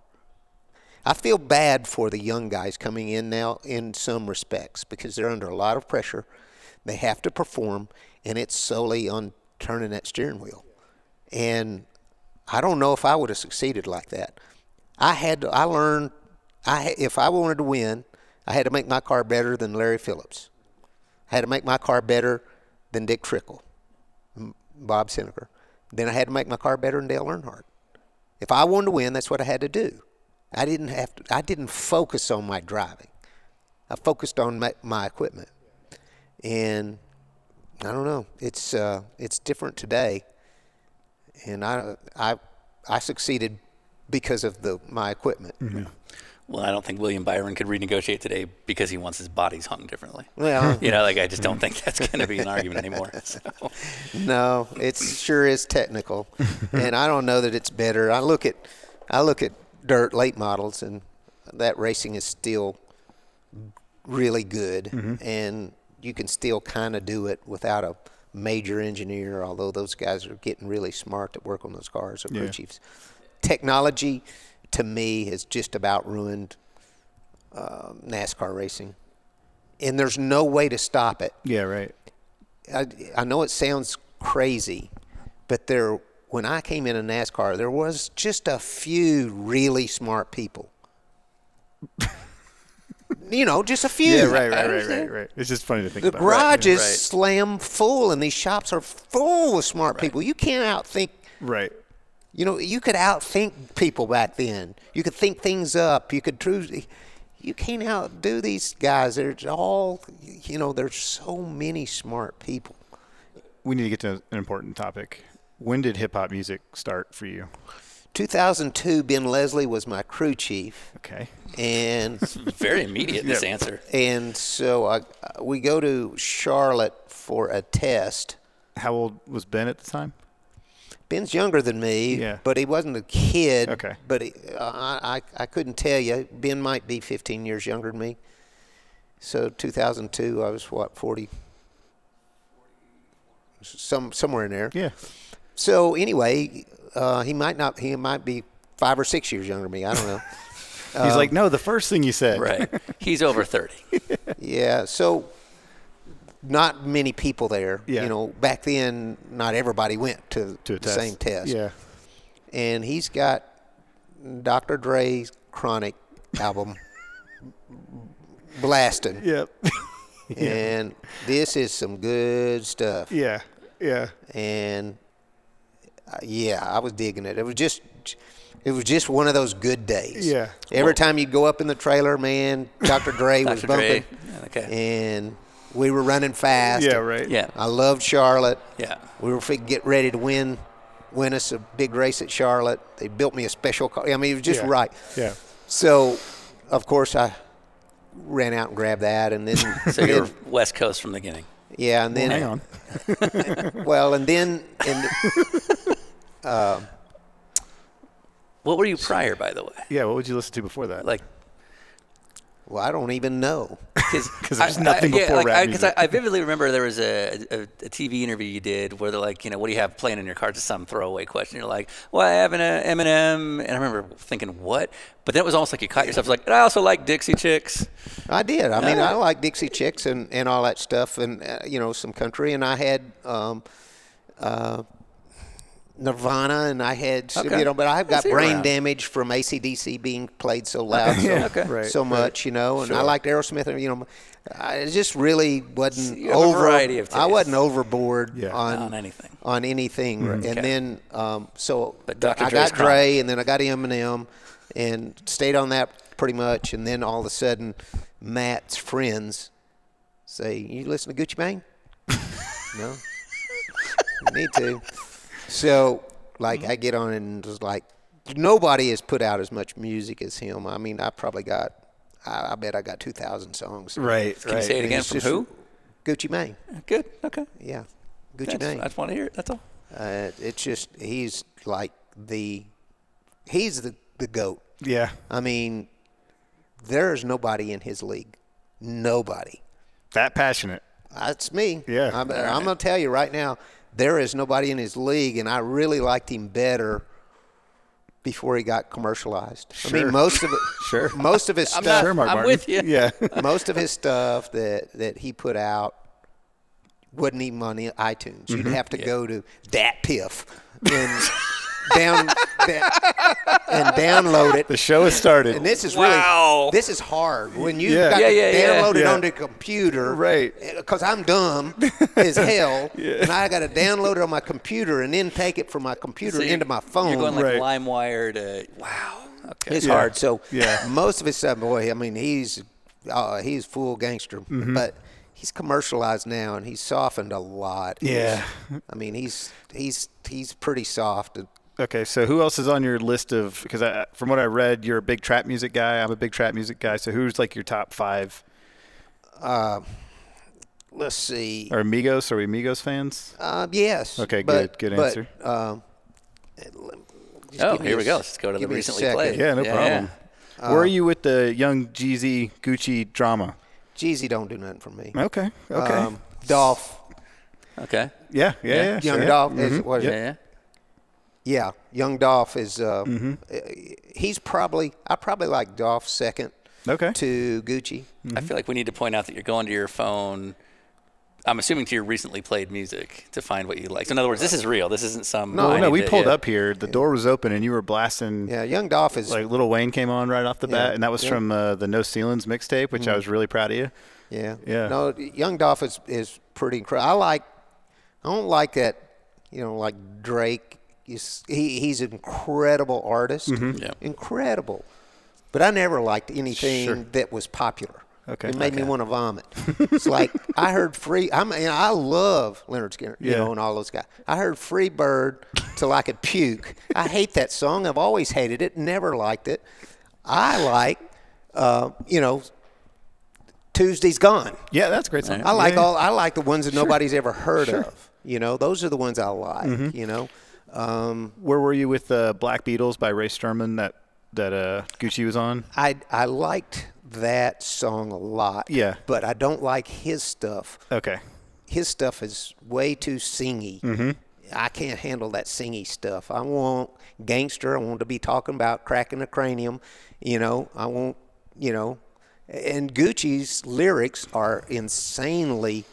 I feel bad for the young guys coming in now in some respects because they're under a lot of pressure. They have to perform, and it's solely on turning that steering wheel. And I don't know if I would have succeeded like that. I had to, I learned I if I wanted to win, I had to make my car better than Larry Phillips. I had to make my car better than Dick Trickle, M- Bob Seneker. Then I had to make my car better than Dale Earnhardt. If I wanted to win, that's what I had to do. I didn't have to, I didn't focus on my driving. I focused on my, my equipment. And I don't know. It's uh, it's different today. And I I I succeeded because of the my equipment.
Well, I don't think William Byron could renegotiate today because he wants his bodies hung differently.
Well,
You know, like I just don't think that's going to be an argument anymore. So,
No, it sure is technical, and I don't know that it's better. I look at, I look at dirt late models, and that racing is still really good, and you can still kind of do it without a major engineer. Although those guys are getting really smart that work on those cars or crew
Yeah.
chiefs. Technology, to me, has just about ruined uh, NASCAR racing, and there's no way to stop it.
Yeah, right.
I, I know it sounds crazy, but there, when I came into NASCAR, there was just a few really smart people. you know, just a few.
Yeah, right, right, right, right, right. It's just funny to
Uh,
think
The
about.
garage is
Right.
slam full, and these shops are full of smart people. You can't outthink.
Right.
You know, you could outthink people back then. You could think things up. You could truly. You can't outdo these guys. They're all, you know, there's so many smart people.
We need to get to an important topic. When did hip hop music start for you?
2002, Ben Leslie was my crew chief,
Okay.
and
very immediate this answer.
and so I, we go to Charlotte for a test.
How old was Ben at the time?
Ben's younger than me,
Yeah.
but he wasn't a kid.
Okay.
But he, I, I I couldn't tell you. Ben might be 15 years younger than me. So 2002, I was what 40, some somewhere in there.
Yeah.
So anyway, Uh, he might not. He might be five or six years younger than me. I don't know.
He's like, no, the first thing you said.
Right. He's over 30.
yeah. So not many people there.
Yeah.
You know, back then, not everybody went to,
To a
the
test.
same test.
Yeah.
And he's got Dr. Dre's Chronic album blasting.
Yep.
And this is some good stuff.
yeah. Yeah.
and uh, yeah, I was digging it. It was just, it was just one of those good days.
Yeah.
Every time you go up in the trailer, man, Dr. Dre was
Dr.
bumping,
Dre. Okay.
and we were running fast.
Yeah. Right.
Yeah.
I loved Charlotte.
Yeah.
We were fig- get ready to win, win us a big race at Charlotte. They built me a special car. I mean, it was just
Yeah.
right.
Yeah.
So, of course, I ran out and grabbed that, and then,
So
then-
you're West Coast from the beginning.
yeah, and then
Hang on.
well, and then and.
What were you prior, by the way?
Yeah. What would you listen to before that?
Like,
Well, I don't even know.
because
'Cause there's nothing before
like,
rap
I, 'cause I-
music.
I vividly remember there was a, a, a TV interview you did where they're like, you know, what do you have playing in your car? Just some throwaway question. You're like, well, I have an uh, Eminem, and I remember thinking, what? But then it was almost like you caught yourself. It's like, and I also like Dixie Chicks.
I did. I mean, I like Dixie Chicks and, and all that stuff, and uh, you know, some country. And I had um, uh, Nirvana, and I had some-
Okay.
you know, but I've got
see you
brain
around.
damage from ACDC being played so loud, so,
Yeah, okay. Right,
so
right.
much, you know. And I liked Aerosmith, and you know, I just really wasn't
you have a
over.
variety of
I wasn't
tastes.
overboard
Yeah.
on,
On anything.
on anything. And
Mm. Okay.
then um, so
But Dr.
I
Dre's
got Dre, and then I got Eminem, and stayed on that pretty much. And then all of a sudden, Matt's friends say, "You listen to Gucci Mane?" no, You need to. So like, I get on and just like nobody has put out as much music as him. I mean, I probably got. I I bet I got 2,000 songs.
right.
Can you say it again?
It's
From
just-
who?
Gucci Mane.
Good. Okay.
Yeah. Gucci
That's, I
Mane.
just want to hear it. That's all.
Uh, it's just he's like the he's the the goat.
Yeah.
I mean, there is nobody in his league. Nobody.
That passionate.
That's me.
Yeah.
I'm,
All
I'm gonna tell you right now, there is nobody in his league, and I really liked him better before he got commercialized. I
Sure.
mean, most of it,
Sure.
most of his stuff,
sure, Mark
I'm
Martin.
with you.
Yeah.
most of his stuff that that he put out wasn't even on i- iTunes. You'd
Mm-hmm.
have to go to Dat Piff and down da- and download it.
the show has started.
And this is
Wow.
really this is hard when you
Yeah.
got
Yeah,
to
yeah, yeah.
download it
Yeah.
on the computer,
Right.
Because I'm dumb as hell, and I got to download it on my computer and then take it from my computer
So you're-
into my phone.
You're going like
Right.
LimeWire to wow. Okay.
It's hard. So
Yeah.
most of his stuff, boy. I mean, he's uh, he's full gangster,
Mm-hmm.
but he's commercialized now and he's softened a lot.
Yeah.
I mean, he's he's he's pretty soft. Uh,
Okay, so who else is on your list of? Because I, from what I read, you're a big trap music guy. I'm a big trap music guy. So who's like your top five?
Let's see.
Are Migos? Are we Migos fans?
Uh, yes.
Uh, Okay,
but-
good- good
but,
answer.
um, just
Oh,
give me
here
a
we go.
s-
Let's go to the
give me a
recently
second.
played.
yeah, no
yeah,
problem. Where are you with the young Jeezy Gucci drama?
Jeezy don't do nothing for me.
Okay, okay,
Um, Dolph,
Okay.
yeah, yeah, yeah,
yeah,
sure.
young Dolph, is
Mm-hmm.
it was
Yeah.
it?
yeah.
Yeah, young Dolph is. Uh, uh,
Mm-hmm.
He's probably. I probably like Dolph second
Okay,
to Gucci.
I feel like we need to point out that you're going to your phone. I'm assuming to your recently played music to find what you like. So in other words, this is real. This isn't some.
no,
I
no,
need
we
to-
pulled
yeah.
up here. The door was open, and you were blasting.
Yeah, young Dolph is.
Like Little Wayne came on right off the bat,
Yeah,
and that was
yeah.
from uh, the No Ceilings mixtape, which I was really proud of you.
yeah.
yeah.
No, young Dolph is is pretty incredible. I like. I don't like that. You know, like Drake. Is, he he's an incredible artist.
Mm-hmm.
Yeah.
Incredible. But I never liked anything
Sure.
that was popular.
Okay.
It made me
Okay.
want to vomit. it's like I heard free. I mean, I love Leonard Skinner, you
Yeah.
know, and all those guys. I heard Free Bird till I could puke. I hate that song. I've always hated it. Never liked it. I like, uh, you know, Tuesday's Gone.
Yeah, that's a great song.
I like
Yeah.
all. I like the ones that nobody's ever heard of. You know, those are the ones I like.
Mm-hmm.
You know, um,
Where were you with uh, Black Beatles by Ray Sturman that that uh, Gucci was on?
I I liked that song a lot.
Yeah.
But I don't like his stuff.
Okay. Mm-hmm.
his stuff is way too singy. I can't handle that singy stuff. I want gangster. I want to be talking about cracking the cranium. You know, I want, you know, and Gucci's lyrics are insanely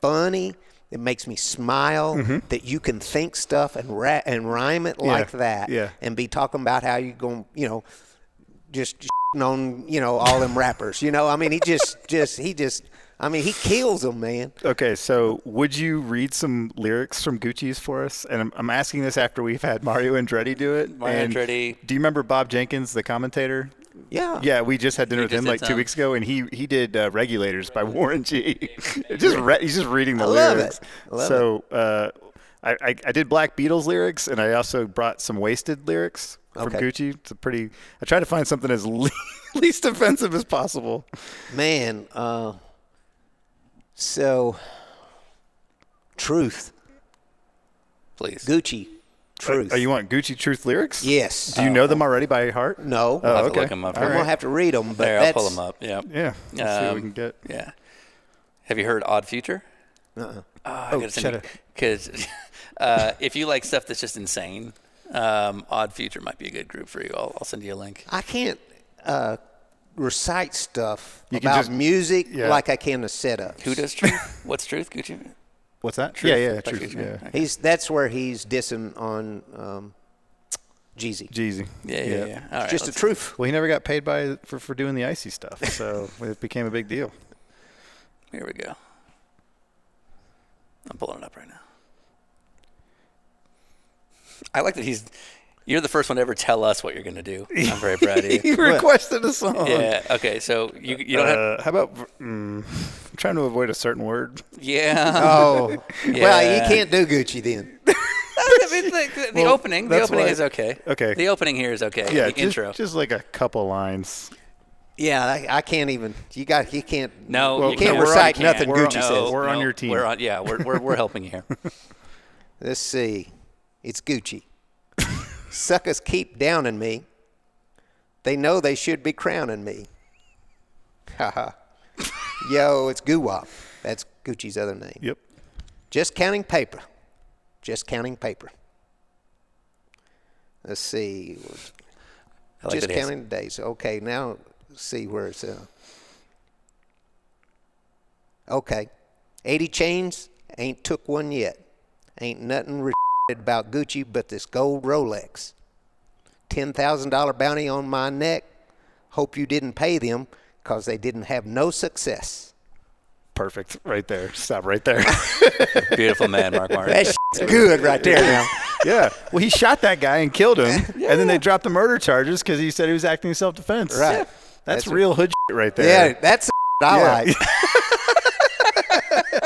funny. It makes me smile that you can think stuff and ra- and rhyme it like that
Mm-hmm. yeah.
and be talking about how you going, you know, just shitting on, you know, all them rappers. You know, I mean, he just, just, he just, I mean, he kills them, man.
Okay, so would you read some lyrics from Gucci's for us? And I'm, I'm asking this after we've had Mario Andretti do it.
Mario
And
Andretti.
Do you remember Bob Jenkins, the commentator?
Yeah.
Yeah, we just had dinner with
just
him
did
like two
some.
weeks ago, and he he did uh, "Regulators" by Warren G. just re- he's just reading the
I love it.
lyrics.
I love
so uh, I, I I did Black Beatles lyrics, and I also brought some Wasted lyrics from
Okay.
Gucci. It's a pretty. I tried to find something as le- least offensive as possible.
Man, uh, so truth,
Please.
Gucci, truth.
Oh, you want Gucci Truth lyrics?
Yes. Uh,
Do you know them already by heart?
no,
Oh,
I'll have to
okay.
look 'em up.
All
I'm
right.
gonna have to read them, but
there, I'll
that's
pull them up. Yeah.
Yeah. Let's see what
Um,
we can get.
Yeah. Have you heard Odd Future? Uh-uh. Oh,
shut up.
Because uh, if you like stuff that's just insane, um, Odd Future might be a good group for you. I'll, I'll send you a link.
I can't uh, recite stuff
You can
about
just-
music
yeah.
like I can the setup.
Who does truth? What's truth? Gucci?
What's that? Yeah, yeah,
That's
Truth.
Gucci, right?
Yeah.
Okay.
He's that's where he's dissing on um, Jeezy.
Jeezy.
Yeah, yeah, yeah. All right,
Just the
let's-
truth.
Well, he never got paid by for, for doing the icy stuff, so it became a big deal.
Here we go. I'm pulling it up right now. I like that he's. You're the first one to ever tell us what you're going to do. I'm very proud of
he
you.
requested a song.
Yeah. Okay. So you you don't have.
Uh, how about? Mm, I'm trying to avoid a certain word.
Yeah.
Oh, well,
Yeah.
you can't do Gucci then.
I mean, like, the, the
Well,
opening. The
that's
opening
why-
is okay.
okay.
The opening here is okay.
Yeah,
The
just,
intro.
just like a couple lines.
Yeah, I, I can't even. You got. You can't.
no,
well,
you
can't
can't
recite
You can't.
nothing
We're on-
Gucci
no,
says.
We're on your team.
We're on. Yeah. We're we're, we're helping you here.
Let's see. It's Gucci. Suckers keep downing me. They know they should be crowning me. Haha. Yo, it's Guwop. That's Gucci's other name.
Yep.
Just counting paper. Just counting paper. Let's see.
I like
Just
that he has-
counting days. Okay, now see where it's. Uh, okay, eighty chains ain't took one yet. Ain't nothing re- about Gucci but this gold Rolex. Ten thousand dollar bounty on my neck. Hope you didn't pay them, 'cause they didn't have no success.
Perfect. Right there. Stop right there.
Beautiful man, Mark Martin.
That's good right there now.
yeah. Well, he shot that guy and killed him, and then they dropped the murder charges because he said he was acting in self-defense.
Right.
That's,
That's-
real hood shit right there.
Yeah, that's the I
Yeah.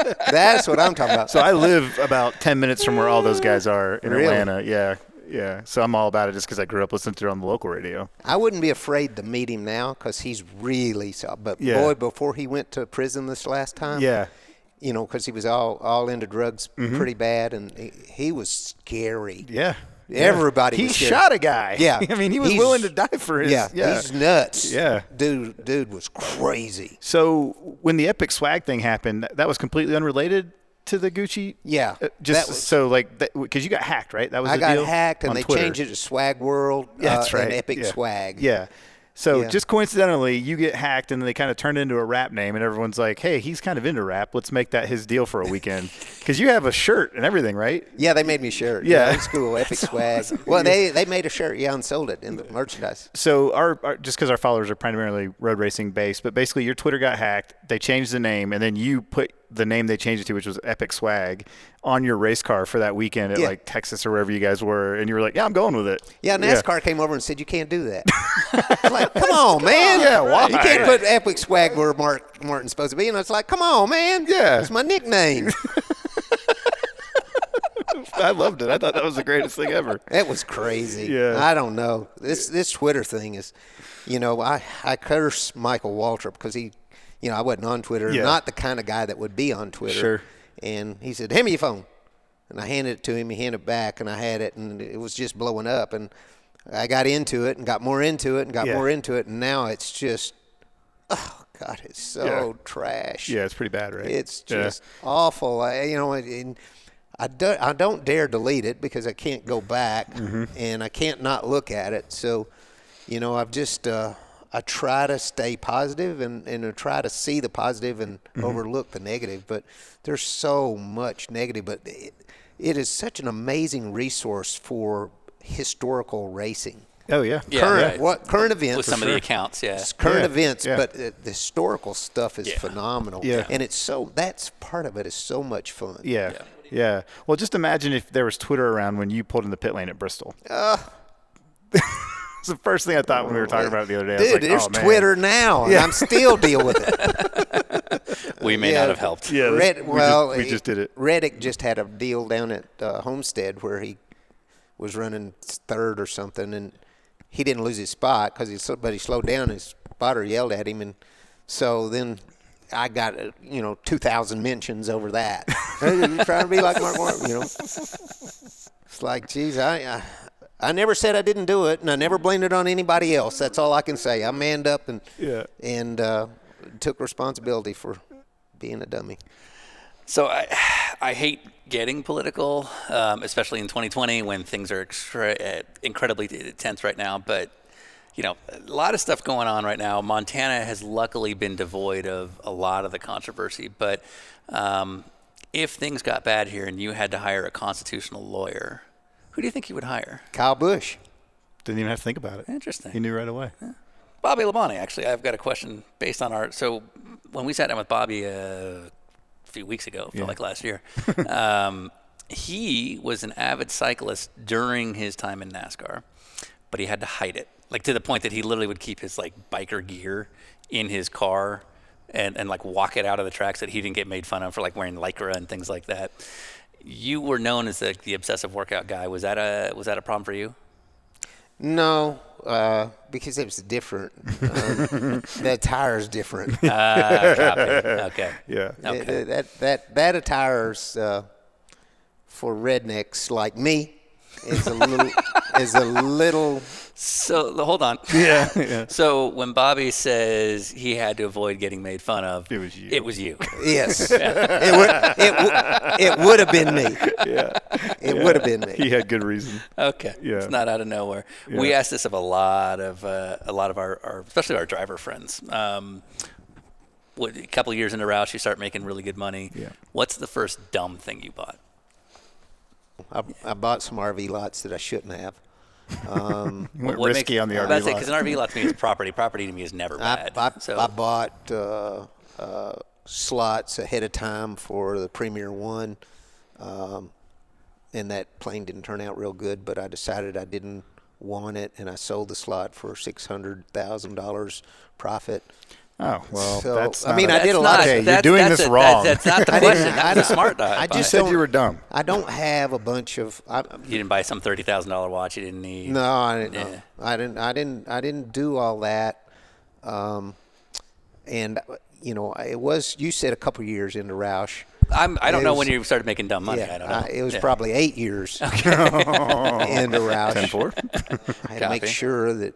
like. that's what I'm talking about.
So I live about 10 minutes from where all those guys are in
Really?
Atlanta. Yeah. Yeah. So I'm all about it just because I grew up listening to it on the local radio.
I wouldn't be afraid to meet him now because he's really so. But
Yeah.
boy, before he went to prison this last time,
Yeah. Mm-hmm.
you know, because he was all all into drugs pretty bad, and he, he was scary.
Yeah.
Everybody
He
was scared.
shot a guy.
Yeah,
I mean, he was
He's-
willing to die for his.
Yeah,
yeah.
he's nuts.
Yeah.
dude, dude was crazy.
So when the epic swag thing happened, that was completely unrelated to the Gucci.
Yeah,
Uh, just
that was-
so like because you got hacked, right? That was
I
the
got
deal
hacked, and
on
they
Twitter.
changed it to Swag World.
Yeah,
uh,
that's right.
And Epic
Yeah.
Swag.
Yeah. So
Yeah.
just coincidentally, you get hacked, and then they kind of turn it into a rap name, and everyone's like, "Hey, he's kind of into rap. Let's make that his deal for a weekend." Because you have a shirt and everything, right?
Yeah, they made me a shirt.
Yeah.
it's cool. Epic Swag. Well, they they made a shirt. Yeah, and sold it in the merchandise.
So our, our just because our followers are primarily road racing based, but basically your Twitter got hacked. They changed the name, and then you put the name they changed it to, which was Epic Swag, on your race car for that weekend at
Yeah.
like Texas or wherever you guys were, and you were like, "Yeah, I'm going with it."
Yeah, NASCAR came over and said you can't do that. It's like, come on, man. Yeah,
why?
You can't put epic swag where Mark Martin's supposed to be. And it's like, come on, man.
Yeah.
it's my nickname.
I loved it. I thought that was the greatest thing ever.
That was crazy.
Yeah.
I don't know. This this Twitter thing is, you know, I I curse Michael Waltrip because he, you know, I wasn't on Twitter.
Yeah.
Not the kind of guy that would be on Twitter.
Sure.
And he said, "Hand me your phone," and I handed it to him. He handed it back, and I had it, and it was just blowing up. And I got into it, and got more into it, and got
Yeah.
more into it, and now it's just, oh God, it's so
Yeah.
trash.
Yeah, it's pretty bad, right?
It's
Yeah.
just awful. I, you know, and, and I, do, I don't dare delete it because I can't go back
Mm-hmm.
and I can't not look at it. So, you know, I've just, uh, I try to stay positive and, and I try to see the positive and
Mm-hmm.
overlook the negative. But there's so much negative, but it, it is such an amazing resource for historical racing.
Oh yeah.
Yeah,
current,
right.
what, current events.
with some of the accounts. Yeah,
It's current
Yeah,
events,
yeah.
but uh, the historical stuff is
Yeah.
phenomenal.
Yeah.
And it's so, that's part of it is so much fun.
Yeah. yeah. Well, just imagine if there was Twitter around when you pulled in the pit lane at Bristol. it's the first thing I thought when we were talking about it the other day. I was
Dude,
like,
there's
oh, man.
Twitter now, and I'm still dealing with it.
we may
yeah.
not have helped.
Yeah. this-
Red-
we just-
well,
we just did it.
Reddick just had a deal down at uh, Homestead where he was running third or something, and he didn't lose his spot because he sl- but he slowed down. His spotter yelled at him, and so then I got uh, you know two thousand mentions over that. Hey, you trying to be like Mark Martin, you know? It's like, geez, I. I I never said I didn't do it, and I never blamed it on anybody else. That's all I can say. I manned up and
Yeah.
and uh, took responsibility for being a dummy.
So I, I hate getting political, um, especially in 2020 when things are extra, uh, incredibly tense right now. But you know, a lot of stuff going on right now. Montana has luckily been devoid of a lot of the controversy. But um, if things got bad here and you had to hire a constitutional lawyer, who do you think you would hire?
Kyle Bush.
Didn't even have to think about it.
Interesting.
You knew right away.
Bobby Labonte, actually, I've got a question based on our. So when we sat down with Bobby uh, a few weeks ago, felt like last year, um, he was an avid cyclist during his time in NASCAR, but he had to hide it, like to the point that he literally would keep his like biker gear in his car. And, and like walk it out of the tracks that he didn't get made fun of for like wearing lycra and things like that. You were known as the, the obsessive workout guy. Was that a was that a problem for you?
No, uh, because it was different. Uh, that attire's different.
Uh, copy. Okay.
Yeah.
Th-
Okay.
th- That that that attire's uh, for rednecks like me is a little is a little.
So hold on.
Yeah. yeah.
So when Bobby says he had to avoid getting made fun of,
It was you.
It was you.
Yes, it would it, w- it would have been me. It would have been
He
me.
had good reason.
Okay.
Yeah.
It's not out of nowhere. We asked this of a lot of uh, a lot of our, our especially our driver friends. Um, what, a couple of years into Roush, you start making really good money.
Yeah.
What's the first dumb thing you bought?
I, I bought some RV lots that I shouldn't have.
He went
What
risky
makes-
on the
Well,
RV
That's it,
lot.
because an RV lot to me is property. Property to me is never
I,
bad.
I,
so
I bought uh, uh, slots ahead of time for the Premier One, um, and that plane didn't turn out real good. But I decided I didn't want it, and I sold the slot for six hundred thousand dollars profit.
oh well,
So,
that's.
I
not
mean,
a-
I did a
That's not-
lot of-
Okay, you're
that's-
doing
that's
this
a-
wrong.
That's, that's not the
I didn't-
question.
I
That was a
don't-
smart thought.
I
by
just
it.
said
don't-
you were dumb.
I don't have a bunch of. I,
you didn't buy some thirty thousand dollar watch you didn't need.
No, I didn't. know.
Yeah.
I didn't. I didn't. I didn't do all that. Um, and you know, it was. You said a couple years into Roush.
I'm, I don't
It
know
was-
when you started making dumb money.
Yeah,
I don't know.
uh, it was
Yeah.
probably eight years into Roush.
Ten four.
I had to make
Copy.
sure that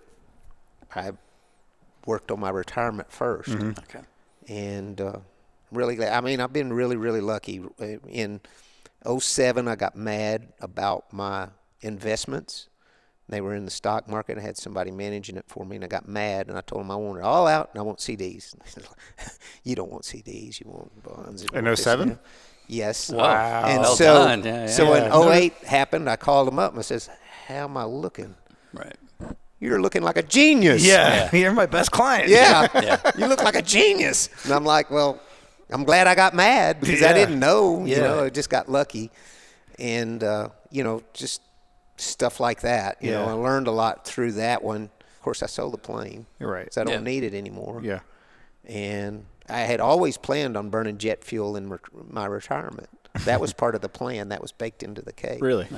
I worked on my retirement 1st
Mm-hmm.
Okay.
and uh, really glad. I mean, I've been really, really lucky. In 07, I got mad about my investments. They were in the stock market. I had somebody managing it for me, and I got mad, and I told them I want it all out, and I want CDs. you don't want CDs. You want bonds. and you
In
want this and
07?
that." Yes.
Wow.
And
Well
so,
done. Yeah,
so
yeah.
when 08 happened, I called them up, and I says, how am I looking?
Right.
You're looking like a genius.
Yeah. You're my best client.
Yeah.
Yeah.
You look like a genius. And I'm like, well, I'm glad I got mad because I
Yeah.
didn't know. You
Yeah.
know, I just got lucky. And, uh, you know, just stuff like that. You know,
Yeah.
I learned a lot through that one. Of course, I sold the plane.
You're right.
So I don't
Yeah.
need it anymore.
Yeah.
And I had always planned on burning jet fuel in ret- my retirement. That was part of the plan. That was baked into the cake.
Really.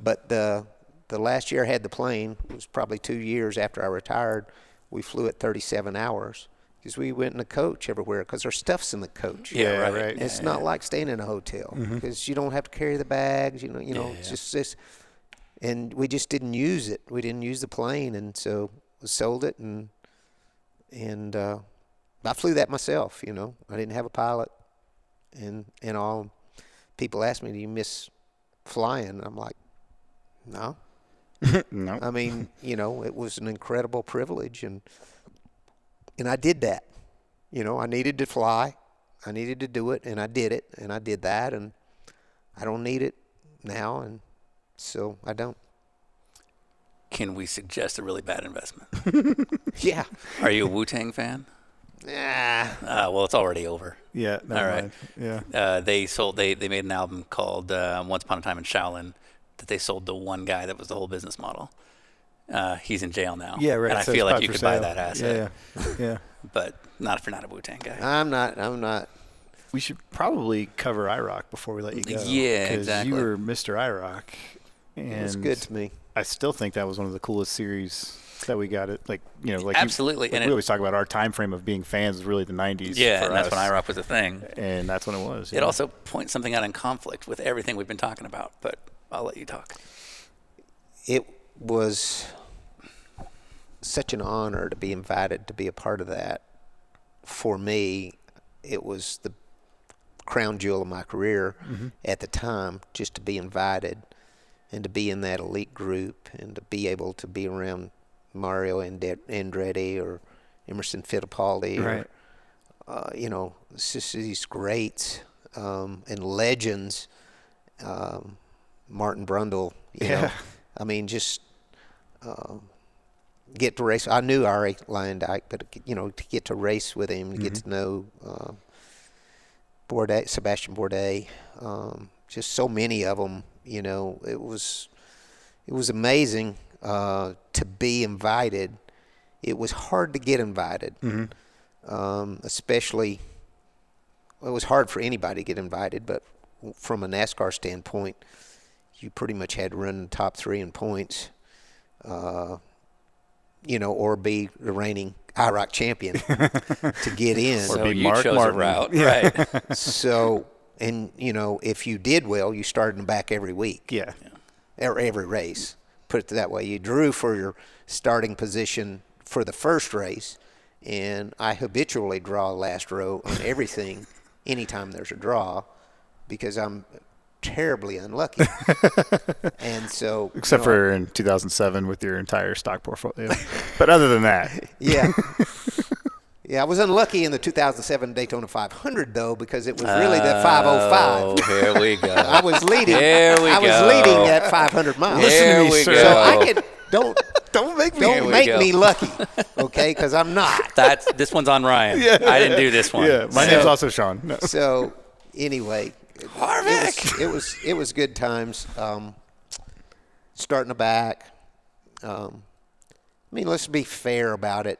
But the the last year I had the plane it was probably two years after I retired. We flew it 37 hours because we went in a coach everywhere because our stuff's in the coach.
Yeah,
Yeah,
right. Mm-hmm.
right.
It's not like staying in a hotel because you don't have to carry the bags. You know, you know, it's just this. And we just didn't use it. We didn't use the plane, and so we sold it and and uh, I flew that myself. You know, I didn't have a pilot, and and all people asked me, "Do you miss flying. I'm like, no.
No.
I mean, you know, it was an incredible privilege, and and I did that. You know, I needed to fly, I needed to do it, and I did it, and I did that, and I don't need it now, and so I don't.
Can we suggest a really bad investment?
Yeah.
Are you a Wu Tang fan?
Ah,
Uh, well, it's already over.
Yeah. Never
All right.
mind. Yeah.
Uh, they sold. They they made an album called uh, Once Upon a Time in Shaolin that they sold to one guy that was the whole business model. Uh, he's in jail now.
Yeah. Right.
And I
so
feel like
it's probably
you
for
could buy
sale.
that asset,
Yeah. Yeah. yeah.
but not if you're not a Wu Tang guy.
I'm not. I'm not.
We should probably cover IROC before we let you go.
Yeah,
'cause
exactly.
You were Mr. IROC. And
It's good to me.
I still think that was one of the coolest series that we got. It like you know, like you-
Absolutely,
like
and
we
it-
always talk about our time frame of being fans is really the '90s.
yeah,
for
and that's when
us,
IROC was a thing.
And that's when it was.
It
yeah.
also points something out in conflict with everything we've been talking about, but I'll let you talk.
It was such an honor to be invited to be a part of that. For me, it was the crown jewel of my career at the time, just to be invited and to be in that elite group and to be able to be around Mario Ande- Andretti or Emerson Fittipaldi or
Right.
uh, you know, it's just these greats um, and legends. Um, Martin Brundle, you know,
Yeah.
I mean, just um, get to race. I knew Ari Lyondike, but you know, to get to race with him, to get to know uh, Bourdais, Sebastian Bourdais, um, just so many of them. You know, it was it was amazing uh, to be invited. It was hard to get invited um, especially well, it was hard for anybody to get invited, but w- from a NASCAR standpoint, you pretty much had to run the top three in points, uh, you know, or be the reigning IROC champion to get in.
so
be
you
Mark
chose
Martin.
a route, right?
so, and you know, if you did well, you started in the back every week
Yeah.
or every race. Put it that way. You drew for your starting position for the first race, and I habitually draw last row on everything anytime there's a draw because I'm terribly unlucky. and so, you
Except
know,
for in 2007 with your entire stock portfolio. but other than that,
Yeah. Yeah, I was unlucky in the 2007 Daytona 500 though because it was really the 505.
Oh, here we go.
I was leading.
Here we
I was
go.
leading at 500 miles.
Listen to
Here
me,
we
sir.
go.
So I can don't don't make me
Here
don't
we
make
go.
me lucky, okay? Because I'm not.
That's this one's on Ryan. I didn't do this one.
yeah, my name's also Sean. No.
So anyway, it-
Harvick.
It was it was, it was good times. Um, starting to back. Um, I mean, let's be fair about it.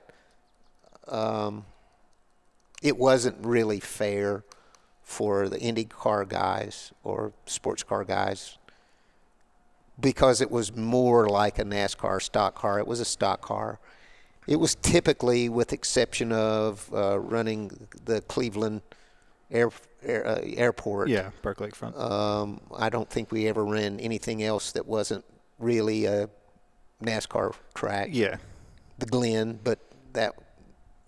Um, it wasn't really fair for the IndyCar guys or sports car guys because it was more like a NASCAR stock car. It was a stock car. It was typically, with exception of uh, running the Cleveland air, air, uh, airport.
Yeah, Park Lakefront.
Um, I don't think we ever ran anything else that wasn't really a NASCAR track.
yeah.
The Glen, but that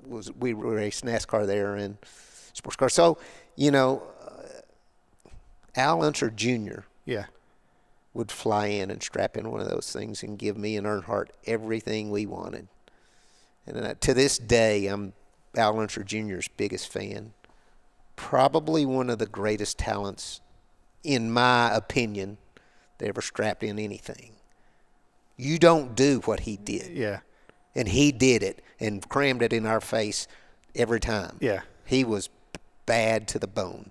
was we raced NASCAR there and sports car. So, you know, uh, Al Unser Jr
Yeah.
would fly in and strap in one of those things and give me and Earnhardt everything we wanted. And uh, to this day, I'm Al Unser Jr.'s biggest fan. Probably one of the greatest talents, in my opinion, that ever strapped in anything. You don't do what he did,
Yeah.
and he did it and crammed it in our face every time.
Yeah.
He was bad to the bone.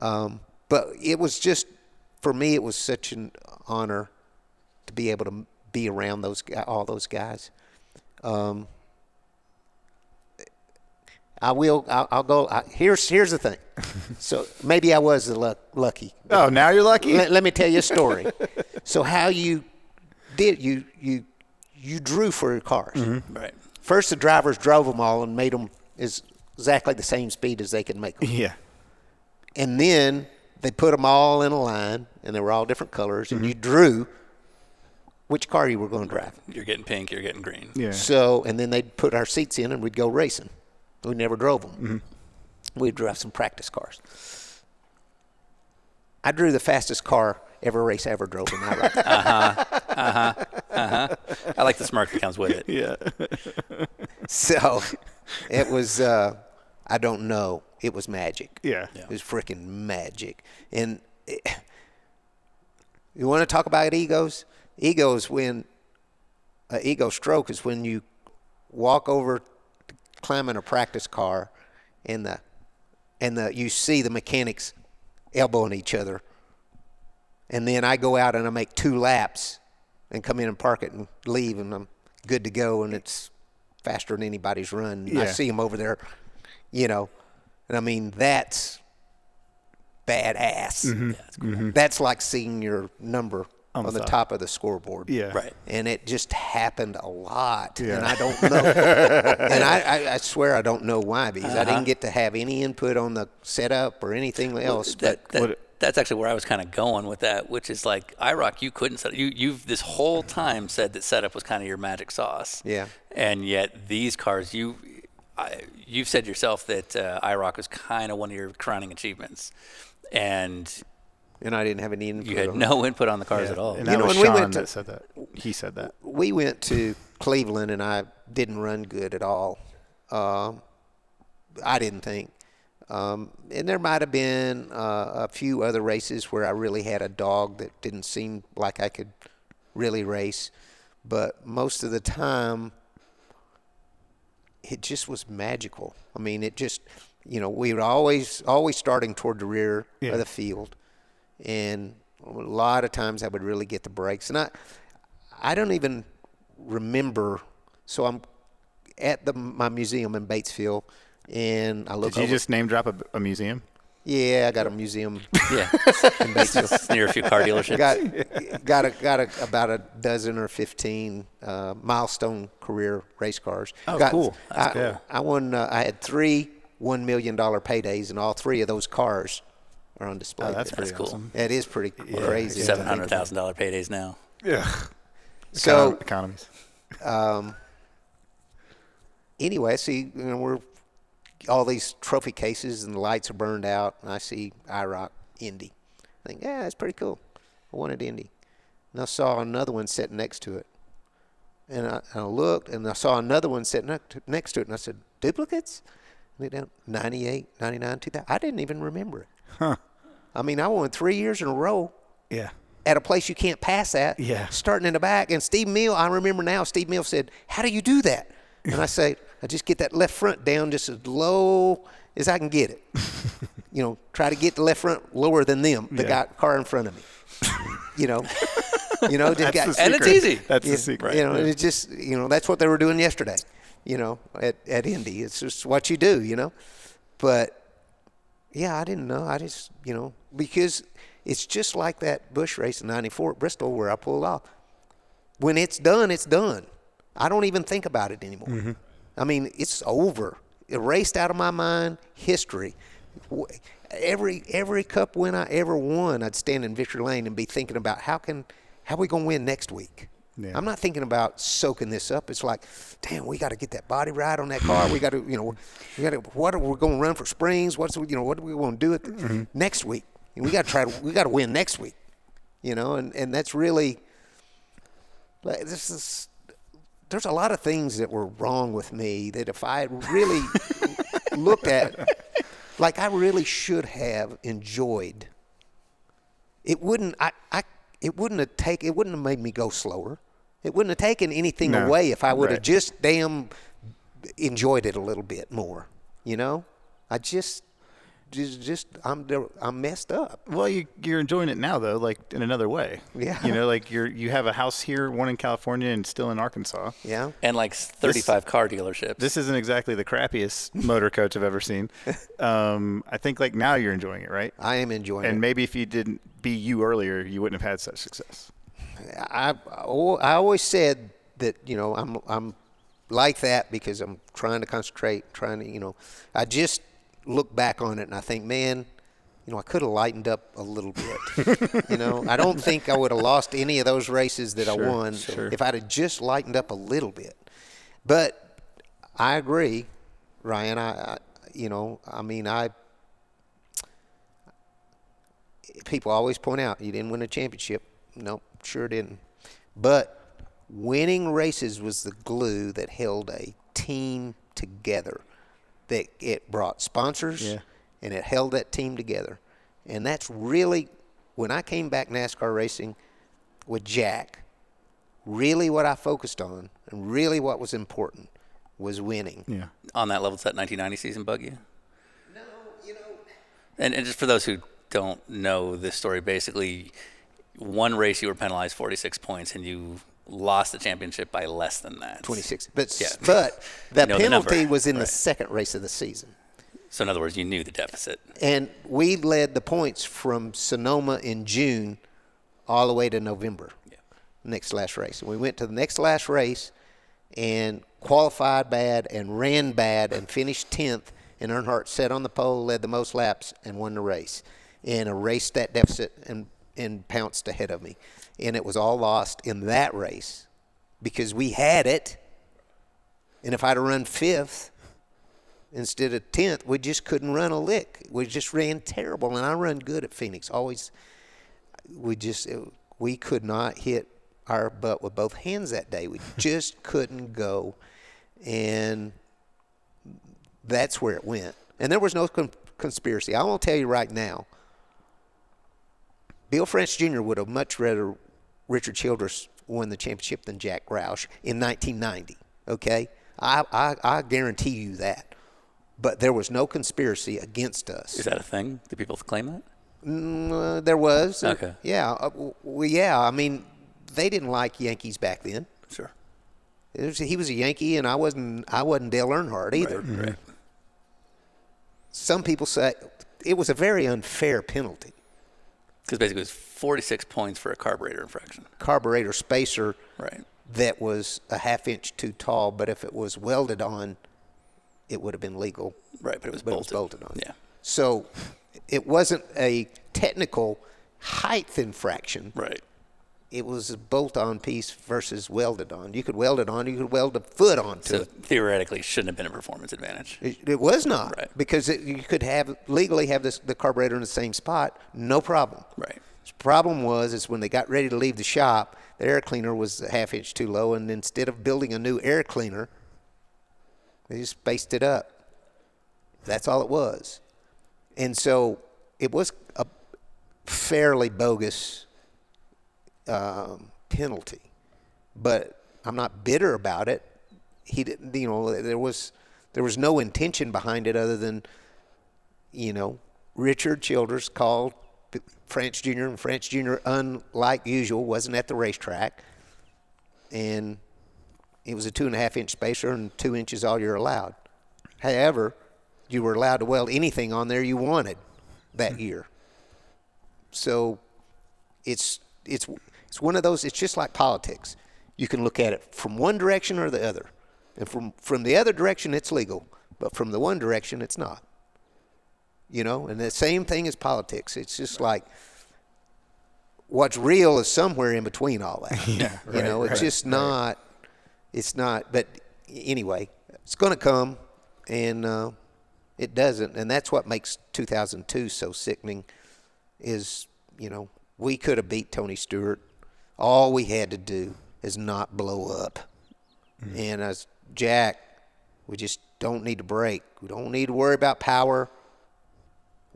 Um, but it was just, for me, it was such an honor to be able to be around those gu- all those guys. Um, I will. I'll, I'll go. I, here's here's the thing. So maybe I was the luck, lucky.
Oh, now you're lucky.
Let, let me tell you a story. so how you did you you you drew for your cars?
Right.
First, the drivers drove them all and made them as exactly the same speed as they could make them
Yeah.
and then they put them all in a line, and they were all different colors, and you drew which car you were going to drive.
You're getting pink. You're getting green.
Yeah.
So, and then they'd put our seats in, and we'd go racing. We never drove them. We'd drive some practice cars. I drew the fastest car ever race I ever drove in my life.
I like the smirk that comes with it.
Yeah.
So it was, uh, I don't know. It was magic.
Yeah.
It was freaking magic. And it, you want to talk about egos? Egos when an ego stroke is when you walk over, climb in a practice car, and the and the you see the mechanics elbowing each other, and then I go out and I make two laps, and come in and park it and leave, and I'm good to go, and it's faster than anybody's run. And I
Yeah.
see them over there, you know, and I mean that's badass.
Mm-hmm.
that's, like seeing your number on, the top of the scoreboard
Yeah.
Right.
and it just happened a lot and
Yeah.
i don't know and I, I, I swear i don't know why because i
Uh-huh.
didn't get to have any input on the setup or anything else
That, that-
What-
that's actually where I was kind of going with that, which is like IROC, you couldn't set you you've this whole time said that setup was kind of your magic sauce.
Yeah.
And yet these cars, you I, you've said yourself that uh, IROC was kind of one of your crowning achievements, and
and i didn't have any input
you had
on
no input on the cars
Yeah.
at all.
And
You
that
know,
was
when we
Sean
went to-
that said that. He said that.
it. we went to cleveland and i didn't run good at all um, i didn't think um, and there might have been uh, a few other races where i really had a dog that didn't seem like i could really race but most of the time it just was magical. I mean, it just, you know, we were always always starting toward the rear
Yeah.
of the field, and a lot of times I would really get the breaks, and I, I don't even remember. So I'm at the my museum in Batesville, and I look
Did you
over.
just name drop a, a museum?
yeah, I got a museum
Yeah,
in Batesville.
it's near a few car dealerships.
Got got a, got a, about a dozen or fifteen uh, milestone career race cars.
Oh,
Got-
cool.
I,
cool.
I won. Uh, I had three one million dollar paydays, and all three of those cars are on display.
Oh, that's
there.
pretty
cool.
awesome.
That is pretty crazy. to
Seven
think
hundred
about.
thousand dollar paydays now.
Yeah.
So
economies.
anyway, I see you know we're all these trophy cases and the lights are burned out, and I see IROC Indy. I think, yeah, that's pretty cool. I wanted Indy, and I saw another one sitting next to it, and I, and I looked and I saw another one sitting next to, next to it, and I said, duplicates. I looked down, 98, 99, 2000. I didn't even remember it.
Huh.
I mean, I won three years in a row
Yeah.
at a place you can't pass at.
Yeah.
Starting in the back. And Steve Mill, I remember now, Steve Mill said, How do you do that? And I say, I just get that left front down just as low as I can get it. you know, try to get the left front lower than them, the
Yeah.
guy, car in front of me. you know, you know, just got,
And it's easy.
That's
you,
the secret.
You know, and it's just you know that's what they were doing yesterday. You know, at at Indy, it's just what you do. You know, but yeah, I didn't know. I just you know because it's just like that bush race in '94 at Bristol where I pulled off. When it's done, it's done. I don't even think about it anymore. I mean, it's over, erased out of my mind. History. W- Every every cup win I ever won, I'd stand in victory lane and be thinking about how can how we gonna win next week.
Yeah.
I'm not thinking about soaking this up. It's like, damn, we got to get that body right on that car. We got to, you know, we got to. What are we going to run for springs? What's you know, what do we want to do it next week? And we got to try. to- We got to win next week. You know, and and that's really. Like, this is. There's a lot of things that were wrong with me that if I had really looked at, like I really should have enjoyed. It wouldn't. I. I. It wouldn't have taken. It wouldn't have made me go slower. It wouldn't have taken anything
No,
away if I would have
right.
just damn enjoyed it a little bit more. You know, I just, just, just I'm I'm messed up.
Well, you, you're enjoying it now though, like in another way.
Yeah.
You know, like you're you have a house here, one in California, and still in Arkansas.
Yeah.
And like 35 car dealerships.
This isn't exactly the crappiest motor coach I've ever seen. Um, I think like now you're enjoying it, right?
I am enjoying it.
And maybe if you didn't be you earlier, you wouldn't have had such success.
I, I al- I always said that you know I'm I'm like that because I'm trying to concentrate, trying to you know I just look back on it and I think, man, you know I could have lightened up a little bit. you know I don't think I would have lost any of those races that I won if I'd have just lightened up a little bit. But I agree, Ryan. I, I you know I mean I people always point out you didn't win a championship. Nope, sure didn't. But winning races was the glue that held a team together. That it brought sponsors
Yeah.
and it held that team together. And that's really when I came back NASCAR racing with Jack, really what I focused on and really what was important was winning.
Yeah.
on that level, does that 1990 season bug you? No, you know. And, and just for those who don't know this story, basically, one race you were penalized 46 points and you lost the championship by less than that.
26. But s-
Yeah.
but the
know the
penalty
number,
was in the
right.
second race of the season.
So, in other words, you knew the deficit.
And we led the points from Sonoma in June all the way to November. Next last race. And we went to the next last race and qualified bad and ran bad and finished 10th. And Earnhardt sat on the pole, led the most laps, and won the race and erased that deficit and, and pounced ahead of me. And it was all lost in that race because we had it. And if I'd have run fifth instead of tenth, we just couldn't run a lick. We just ran terrible, and I run good at Phoenix. Always, we just it- we could not hit our butt with both hands that day. We just couldn't go, and that's where it went. And there was no con- conspiracy. I will tell you right now. Bill France Jr. would have much rather Richard Childress won the championship than Jack Roush in 1990. Okay, I, I, I guarantee you that. But there was no conspiracy against us.
Is that a thing? Do people claim that?
Uh, there was.
Okay.
Yeah. Uh, w- well, yeah. I mean, they didn't like Yankees back then.
Sure.
It was, he was a Yankee, and I wasn't. I wasn't Dale Earnhardt either.
Right.
Some people say it was a very unfair penalty.
Because basically, it was 46 points for a carburetor infraction.
Carburetor spacer.
Right.
that was a half inch too tall, but if it was welded on, it would have been legal.
Right, but it was
But
bolted.
it was bolted on.
Yeah.
So it wasn't a technical height infraction.
Right.
It was a bolt on piece versus welded on. You could weld it on, you could weld a foot onto
So
it.
theoretically, shouldn't have been a performance advantage.
It, it was not
Right.
because it, you could have legally have this, the carburetor in the same spot, no problem.
Right.
The problem was is when they got ready to leave the shop, the air cleaner was a half inch too low, and instead of building a new air cleaner, they just spaced it up. That's all it was, and so it was a fairly bogus um, penalty. But I'm not bitter about it. He didn't, you know, there was there was no intention behind it other than you know, Richard Childers called P- France Jr. and France Jr. unlike usual wasn't at the racetrack, and it was a two and a half inch spacer and two inches all you're allowed. However, you were allowed to weld anything on there you wanted that year. So it's it's it's one of those. It's just like politics. You can look at it from one direction or the other, and from from the other direction it's legal, but from the one direction it's not you know and the same thing as politics it's just like what's real is somewhere in between all that yeah, you know it's just not it's not but anyway it's going to come and uh, it doesn't and that's what makes 2002 so sickening is you know we could have beat tony stewart all we had to do is not blow up and as jack we just don't need to break we don't need to worry about power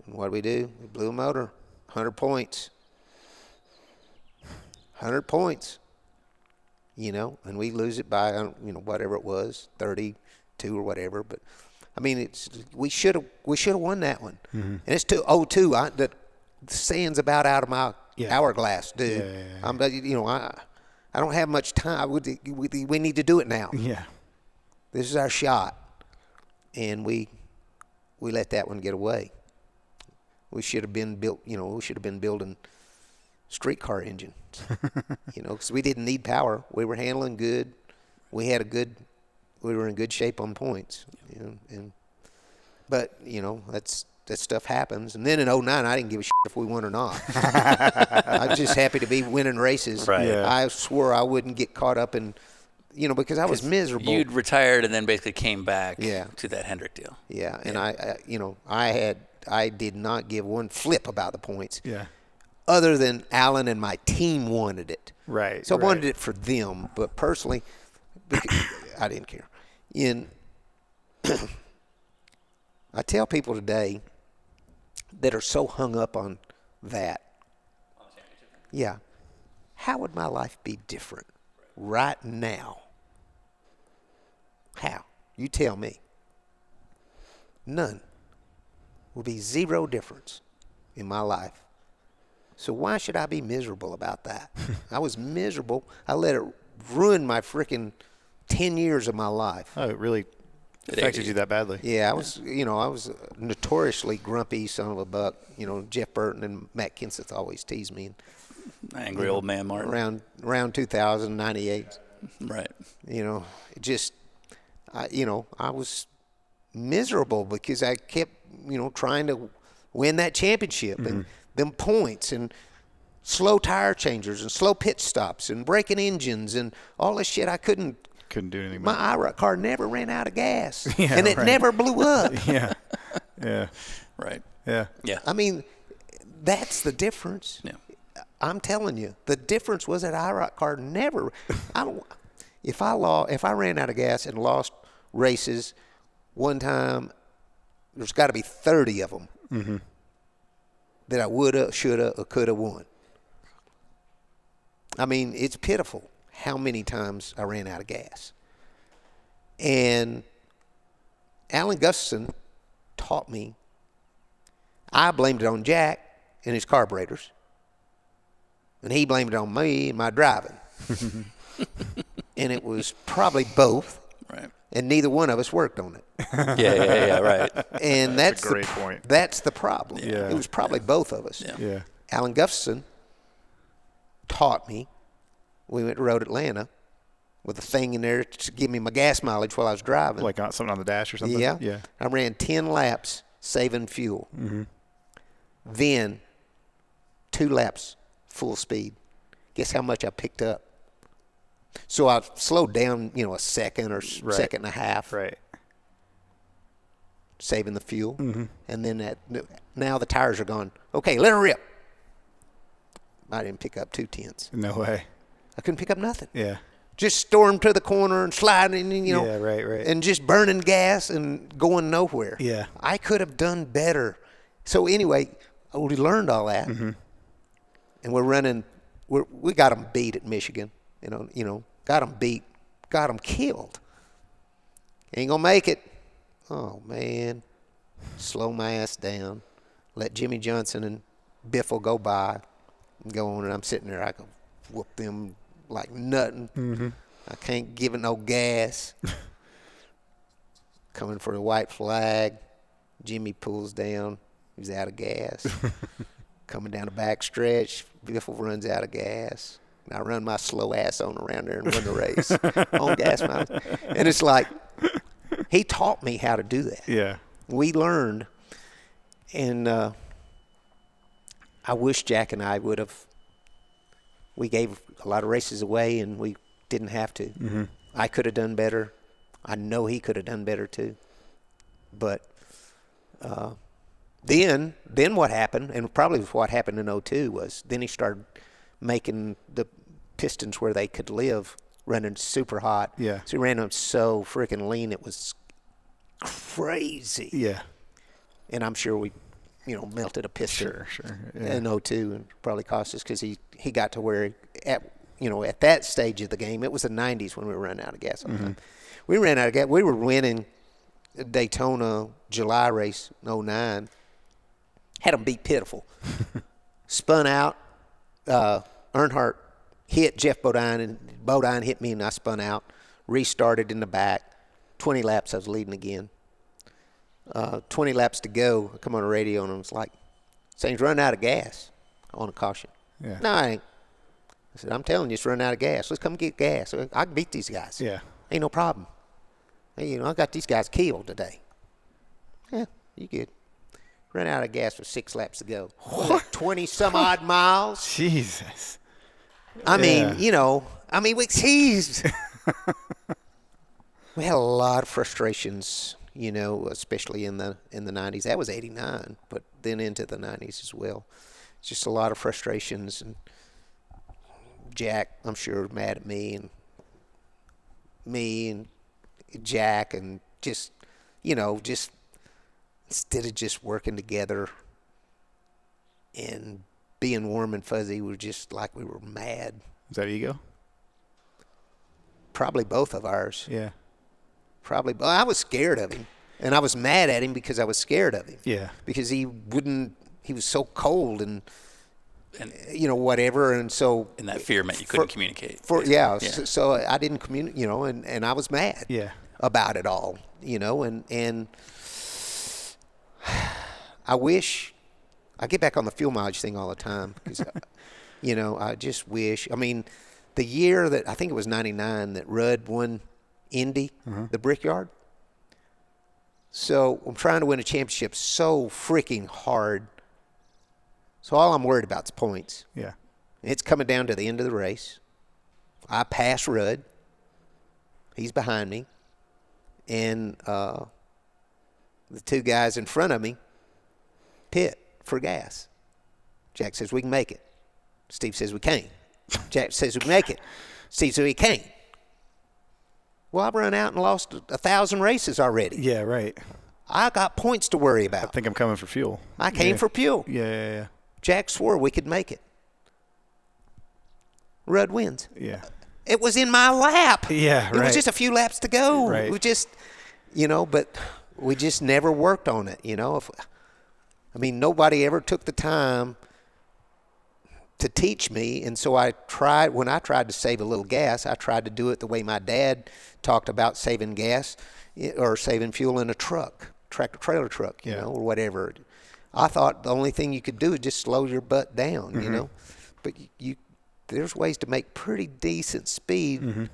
and what do we do? We blew a motor. 100 points. 100 points. You know, and we lose it by, I don't- you know, whatever it was, 32 or whatever. But, I mean, it's we should have we should have won that one.
Mm-hmm.
And it's to 02. I, the, the sand's about out of my
Yeah.
hourglass, dude.
Yeah, yeah, yeah,
I'm, you know, I I don't have much time. We, we, we need to do it now
Yeah.
this is our shot and we we let that one get away we should have been built you know we should have been building streetcar engines you know because we didn't need power we were handling good we had a good we were in good shape on points you know and but you know that's that stuff happens and then in 09 i didn't give a shit if we won or not i was just happy to be winning races
Right.
Yeah.
i swore i wouldn't get caught up in you know because i was miserable
You'd retired and then basically came back
Yeah.
to that Hendrick deal.
Yeah, and I, I, you know, I had, I did not give one flip about the points.
Yeah.
other than Alan and my team wanted it.
Right,
So I wanted
right.
it for them, but personally, I didn't care. In I tell people today that are so hung up on that. Yeah. How would my life be different right now? How? You tell me. None. Would be zero difference in my life. So why should I be miserable about that? I was miserable. I let it ruin my freaking 10 years of my life.
Oh, it really
It
affected
ate
you that badly.
Yeah, I was, you know, I was a notoriously grumpy son of a buck. You know, Jeff Burton and Matt Kenseth always teased me. And
Angry old man, Martin.
around around 2098,
Right.
you know, it just, I, you know, I was miserable because I kept, you know, trying to win that championship
Mm-hmm.
and them points and slow tire changers and slow pit stops and breaking engines and all this shit. I couldn't.
Couldn't do anything.
My
about
IRA car never ran out of gas,
Yeah,
and it
right.
never blew up.
it. yeah, yeah,
Right.
yeah.
Yeah.
I mean, that's the difference.
Yeah.
I'm telling you, the difference was that IROC car never. I don't. If I law, if I ran out of gas and lost races one time, there's got to be 30 of them that I woulda, shoulda, or coulda won. I mean, it's pitiful how many times I ran out of gas. And Alan Gustafson taught me I blamed it on Jack and his carburetors. And he blamed it on me and my driving. and it was probably both,
Right.
and neither one of us worked on it.
Yeah. Yeah. Yeah. yeah, Right.
And that's,
That's a great
the,
point.
That's the problem.
Yeah.
It was probably both of us.
Yeah.
Yeah.
Alan Gustafson taught me. We went to Road Atlanta with a thing in there to give me my gas mileage while I was driving.
Like on, something on the dash or something.
Yeah.
Yeah. Mm-hmm.
I ran 10 laps saving fuel. Then two laps full speed. Guess how much I picked up? So I slowed down, you know, a second or s
Right.
second and a half,
Right.
saving the fuel.
Mm-hmm.
And then that, now the tires are gone. Okay, let her rip. I didn't pick up two tenths.
No way.
I couldn't pick up nothing.
Yeah.
Just storm to the corner and sliding, and, you know,
Yeah, right, right.
and just burning gas and going nowhere.
Yeah.
I could have done better. So anyway, oh, we learned all that,
Mm-hmm.
and we're running. We're, we got them beat at Michigan. You know, you know, got them beat, got them killed. Ain't gonna make it. Oh man, slow my ass down. Let Jimmy Johnson and Biffle go by, and go on. And I'm sitting there. I can whoop them like nothing. I can't give it no gas coming for the white flag. Jimmy pulls down. He's out of gas. coming down the back stretch, Biffle runs out of gas. And I run my slow ass on around there and win the race on gas mileage. And it's like, he taught me how to do that.
Yeah.
We learned. And uh, I wish Jack and I would have. We gave a lot of races away and we didn't have to. I could have done better. I know he could have done better too. But uh, then, then what happened, and probably what happened in 02 was then he started making the Pistons where they could live running super hot.
Yeah.
So he ran them so freaking lean it was crazy.
Yeah.
And I'm sure we, you know, melted a piston
Sure. Sure. Yeah.
in 02 and probably cost us because he, he got to where at you know at that stage of the game it was the 90s when we ran out of gas all the
Mm-hmm.
time. we ran out of gas we were winning daytona july race in 09 had them beat pitiful spun out uh, earnhardt hit jeff bodine and bodine hit me and i spun out restarted in the back 20 laps i was leading again uh, 20 laps to go i come on the radio and i was like Things run out of gas on a caution.
Yeah.
No, I ain't. I said, I'm telling you, it's run out of gas. Let's come get gas. I can beat these guys.
Yeah.
Ain't no problem. Hey, you know, I got these guys killed today. Yeah, you good. Run out of gas with six laps to go. What? 20 some odd miles.
Jesus.
I
Yeah.
mean, you know, I mean, we teased. we had a lot of frustrations, you know, especially in the in the '90s. That was '89, but then into the '90s as well. just a lot of frustrations and Jack, I'm sure, mad at me and me and Jack and just you know just instead of just working together and being warm and fuzzy, we were just like we were mad.
Is that ego?
Probably both of ours.
Yeah.
Probably, bo- I was scared of him, and I was mad at him because I was scared of him.
Yeah.
because he wouldn't. He was so cold and, you know whatever, and so
And that fear meant you couldn't
For-
communicate.
for yeah,
Yeah.
So, so I didn't communicate, you know, and, and I was mad
Yeah.
about it all, you know, and and I wish I get back on the fuel mileage thing all the time because I- you know I just wish. I mean, the year that I think it was '99 that Rudd won Indy, the Brickyard. So I'm trying to win a championship so freaking hard. So all I'm worried about is points.
Yeah.
It's coming down to the end of the race. I pass Rudd. He's behind me. And uh, the two guys in front of me pit for gas. Jack says, We can make it. Steve says, We can't. Jack says, We can make it. Steve says, We can't. Well, I've run out and lost a, a thousand races already.
Yeah. Right.
I got points to worry about.
I think I'm coming for fuel.
I came
yeah.
for fuel.
Yeah. Yeah.
Jack swore we could make it. Rudd wins.
Yeah. yeah.
It was in my lap.
Yeah,
It
right.
was just a few laps to go.
Right.
We just, you know, but we just never worked on it. You know, if I mean, nobody ever took the time to teach me, and so I tried. When I tried to save a little gas, I tried to do it the way my dad talked about saving gas eh, or saving fuel in a truck, tractor trailer truck, you
Yeah.
know, or whatever. I thought the only thing you could do is just slow your butt down,
Mm-hmm.
you know. But you, you, there's ways to make pretty decent speed
Mm-hmm.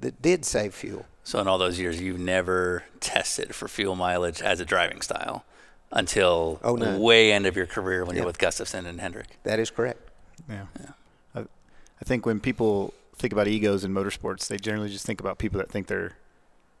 that did save fuel.
So in all those years, you never tested for fuel mileage as a driving style until
Oh,
the
no.
way end of your career when
Yeah.
you're with Gustafson and Hendrick.
That is correct.
Yeah. I, I think when people think about egos in motorsports, they generally just think about people that think they're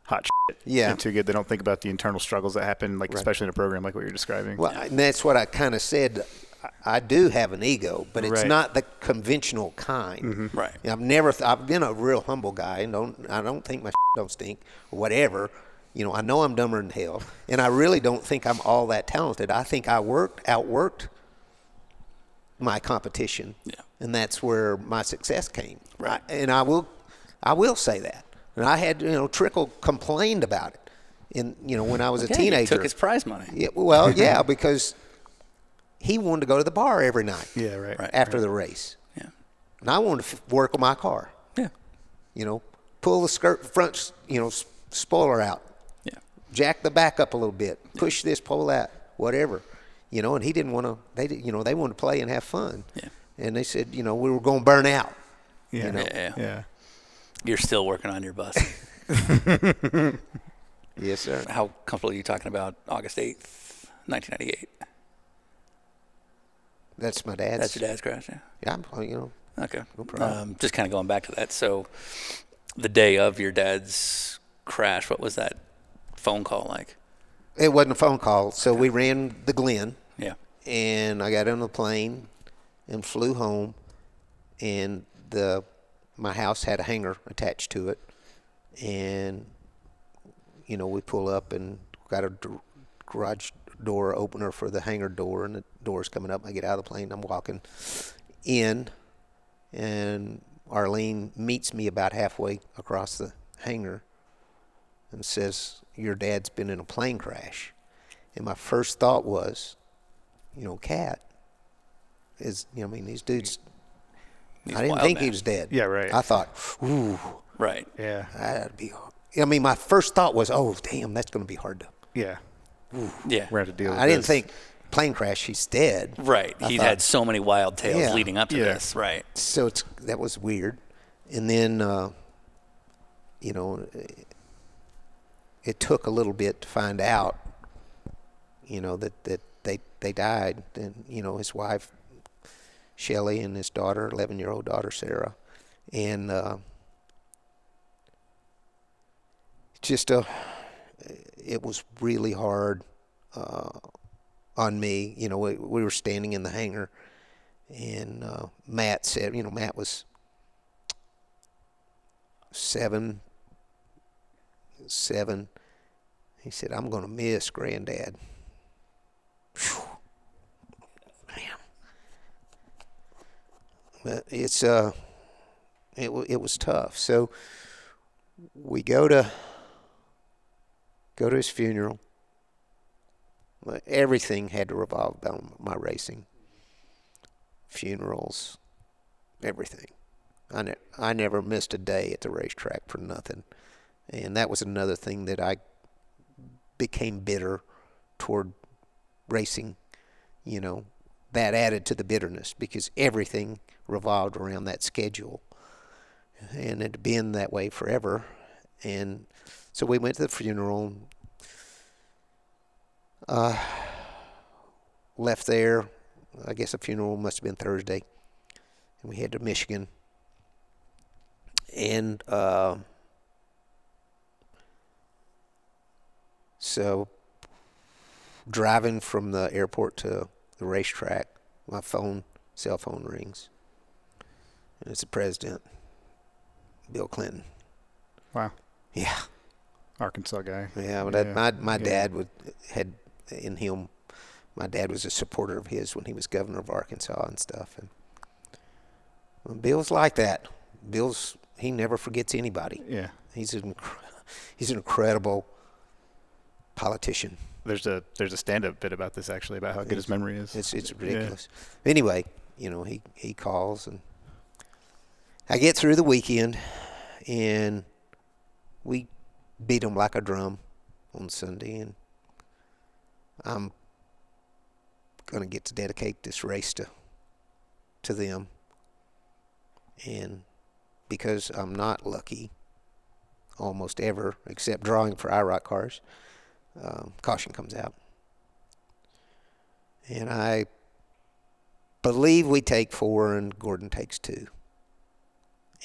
hot shit
Yeah.
and too good. They don't think about the internal struggles that happen, like especially in a program like what you're describing.
Well, and that's what I kind of said. I- I do have an ego, but it's
Right.
not the conventional kind.
Right.
I've never. Th- I've been a real humble guy, and don't. I don't think my don't stink or whatever. You know, I know I'm dumber than hell, and I really don't think I'm all that talented. I think I worked outworked my competition,
Yeah.
and that's where my success came.
Right.
I- and I will, I will say that. And I had, you know, Trickle complained about it, in you know, when I was a
Yeah, you
teenager.
took his prize money.
Yeah, well, yeah, because he wanted to go to the bar every night
yeah, right.
Right.
after the race,
Yeah.
and I wanted to f- work on my car.
Yeah.
You know, pull the skirt front, s- you know, s- spoiler out,
Yeah.
jack the back up a little bit, push this, pull that, whatever. You know, and he didn't want to. They, did, you know, they wanted to play and have fun.
Yeah.
And they said, you know, we were going to burn out.
Yeah.
You know.
Yeah, yeah.
yeah.
You're still working on your bus.
Yes, sir.
How comfortable are you talking about August 8th, 1998?
That's my dad's.
That's your dad's crash, yeah?
Yeah, I'm- you know.
Okay. No
problem.
Um, just kind of going back to that. So, the day of your dad's crash, what was that phone call like?
It wasn't a phone call, so we ran the Glen.
Yeah.
and I got on the plane and flew home, and the my house had a hangar attached to it, and you know we pull up and got a dr- garage door opener for the hangar door, and the door's coming up. I get out of the plane, I'm walking in, and Arlene meets me about halfway across the hangar, and says, "Your dad's been in a plane crash," and my first thought was you know, cat is, you know, I mean, these dudes,
He's
I didn't
wild
think
man.
he was dead.
Yeah, right.
I thought, ooh,
Right.
Yeah.
that'd be, I mean, my first thought was, oh, damn, that's going to be hard to.
Yeah.
Yeah.
We're going to deal with
I didn't
this.
think plane crash, he's dead.
Right.
I
He'd
thought-
had so many wild tales
Yeah.
leading up to
Yeah.
this. Right.
So it's, that was weird. And then, uh, you know, it, it took a little bit to find out, you know, that, that they, they died. And, you know, his wife, Shelly, and his daughter, 11 year old daughter, Sarah. And, uh, just a it was really hard uh, on me you know we, we were standing in the hangar and uh, Matt said, you know, Matt was seven, seven. He said, "I'm going to miss Granddad." Phew. Man, but it's uh, it wa- it was tough. So we go to go to his funeral. But Everything had to revolve about my racing funerals, everything. I, ne- I never missed a day at the racetrack for nothing. And that was another thing that I became bitter toward racing. You know, that added to the bitterness because everything revolved around that schedule. And it had been that way forever. And so we went to the funeral, left there. I guess the funeral must have been Thursday, and we headed to Michigan. And uh, so, driving from the airport to the racetrack, my phone, cell phone rings, and it's the president, Bill Clinton.
Wow.
Yeah.
Arkansas guy.
Yeah, but that,
Yeah.
my my
Yeah.
dad would had in him. My dad was a supporter of his when he was governor of Arkansas and stuff. And well, Bill's like that. Bill's he never forgets anybody.
Yeah.
He's an incre- he's an incredible politician.
There's a there's a stand up bit about this actually about how good his memory is.
It's it's
Yeah.
ridiculous. Anyway, you know he he calls and I get through the weekend and we beat him like a drum on Sunday and I'm gonna get to dedicate this race to to them and because I'm not lucky almost ever except drawing for IROC cars um, caution comes out and I believe we take four and Gordon takes two.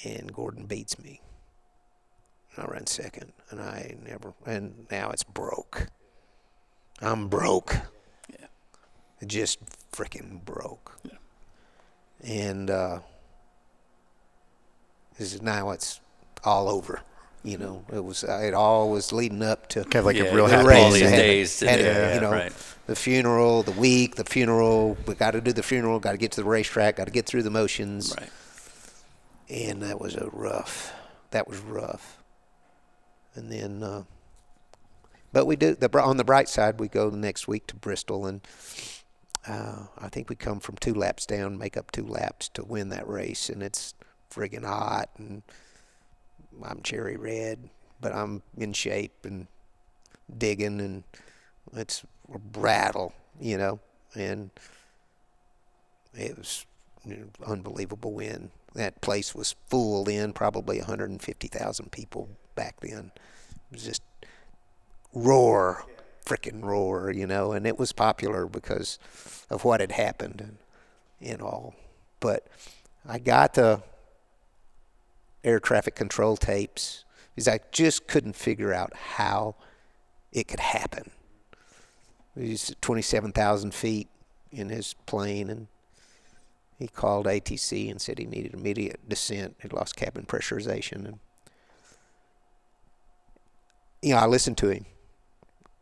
And Gordon beats me. And I run second. And I never, and now it's broke. I'm broke. Yeah. Just freaking broke. Yeah. And uh, this is now it's all over. You know, it was, uh, it all was leading up to
Kind of like
Yeah,
a real
the
happy
race
ending.
is
had-
days to
had
do
it,
that,
uh, you know,
right.
the funeral, the week, the funeral. We got to do the funeral. Got to get to the racetrack. Got to get through the motions.
Right.
And that was a rough. That was rough. And then, uh, but we do the bri- on the bright side. We go next week to Bristol, and uh, I think we come from two laps down, make up two laps to win that race, and it's friggin' hot, and I'm cherry red, but I'm in shape and digging and it's a rattle, you know, and it was an unbelievable win. That place was full then, probably 150,000 people back then. It was just roar, frickin' roar, you know, and it was popular because of what had happened and, and all. But I got the air traffic control tapes because I just couldn't figure out how it could happen. He's at 27,000 feet in his plane, and he called ATC and said he needed immediate descent. He'd lost cabin pressurization. And, you know, I listened to him,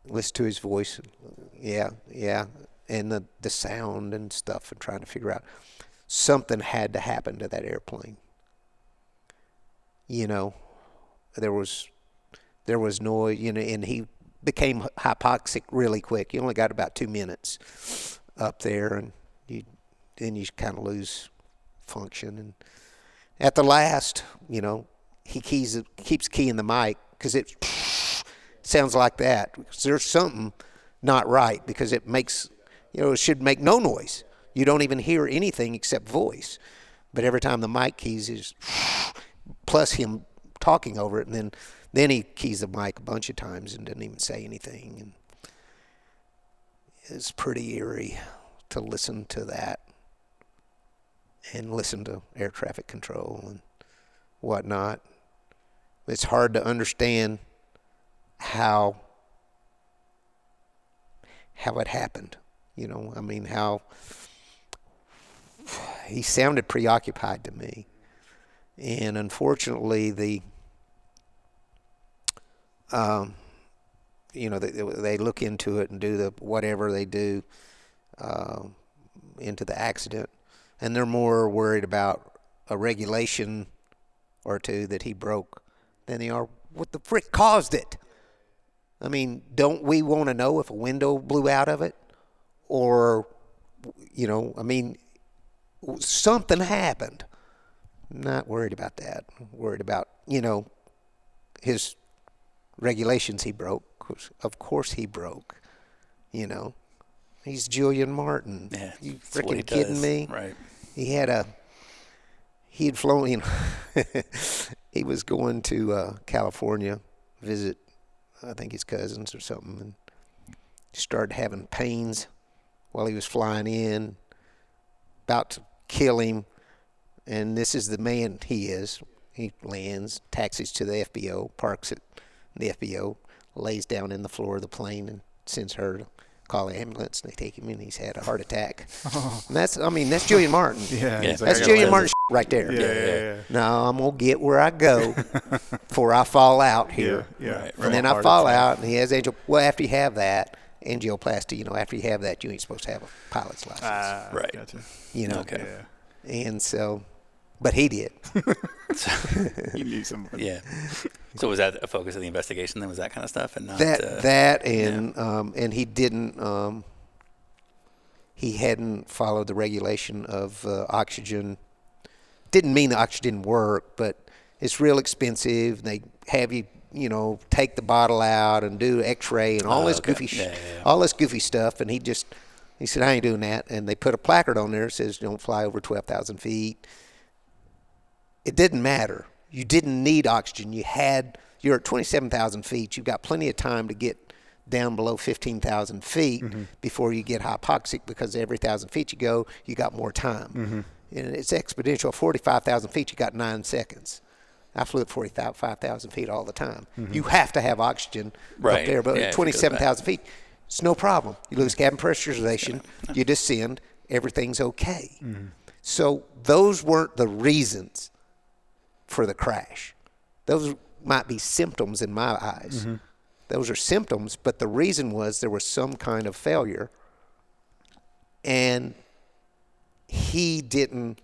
listened to his voice. Yeah, yeah. And the, the sound and stuff, and trying to figure out something had to happen to that airplane. You know, there was there was noise, you know, and he became hypoxic really quick. You only got about two minutes up there, and you then you kind of lose function. And at the last, you know, he keys keeps keying the mic because it sounds like that. 'Cause there's something not right because it makes you know it should make no noise. You don't even hear anything except voice. But every time the mic keys is plus him talking over it, and then then he keys the mic a bunch of times and doesn't even say anything. And it's pretty eerie to listen to that and listen to air traffic control and whatnot. It's hard to understand how how it happened. You know, I mean how he sounded preoccupied to me. And unfortunately, the um, you know they, they look into it and do the whatever they do uh, into the accident, and they're more worried about a regulation or two that he broke than they are what the frick caused it. I mean, don't we want to know if a window blew out of it, or you know, I mean, something happened. Not worried about that. Worried about you know his regulations he broke. Of course he broke. You know, he's Julian Martin.
Yeah,
you
that's what he
freaking kidding
does.
me?
Right.
He had a he had flown in. he was going to uh, California visit, I think his cousins or something, and started having pains while he was flying in, about to kill him. And this is the man he is. He lands, taxis to the FBO, parks at the FBO, lays down in the floor of the plane, and sends her to call an ambulance. And they take him in. He's had a heart attack. And that's, I mean, that's Julian Martin.
Yeah.
Yeah.
he's like,
That's
Julia
I
Julian
gotta-
Martin.
Martin right there.
Yeah, yeah, yeah.
No, I'm gonna get where I go before I fall out
Yeah,
here.
yeah.
And then I
Hard
fall
attack.
out, and he has angel. Well, after you have that angioplasty, you know, after you have that, you ain't supposed to have a pilot's license.
Ah,
Right.
Gotcha.
you know.
okay.
Yeah.
And so, but he did.
You knew someone.
Yeah. So was that a focus of the investigation? Then was that kind of stuff, and not
that
uh,
that and um, and he didn't um, he hadn't followed the regulation of uh, oxygen didn't mean the oxygen didn't work but it's real expensive and they have you you know take the bottle out and do x-ray and all
Oh,
this
okay.
goofy sh-
Yeah, yeah, yeah.
all this goofy stuff and he just he said i ain't doing that and they put a placard on there that says don't fly over 12000 feet it didn't matter. You didn't need oxygen. You had you're at 27,000 feet. You've got plenty of time to get down below 15,000 feet before you get hypoxic because every thousand feet you go, you got more time. And it's exponential. 45,000 feet, you got nine seconds. I flew at 45,000 feet all the time. You have to have oxygen
Right.
up there, but
Yeah,
at
if it goes back.
27,000 feet, it's no problem. You lose cabin pressurization, you descend, everything's okay. So those weren't the reasons for the crash. Those might be symptoms in my eyes. Those are symptoms, but the reason was there was some kind of failure and he didn't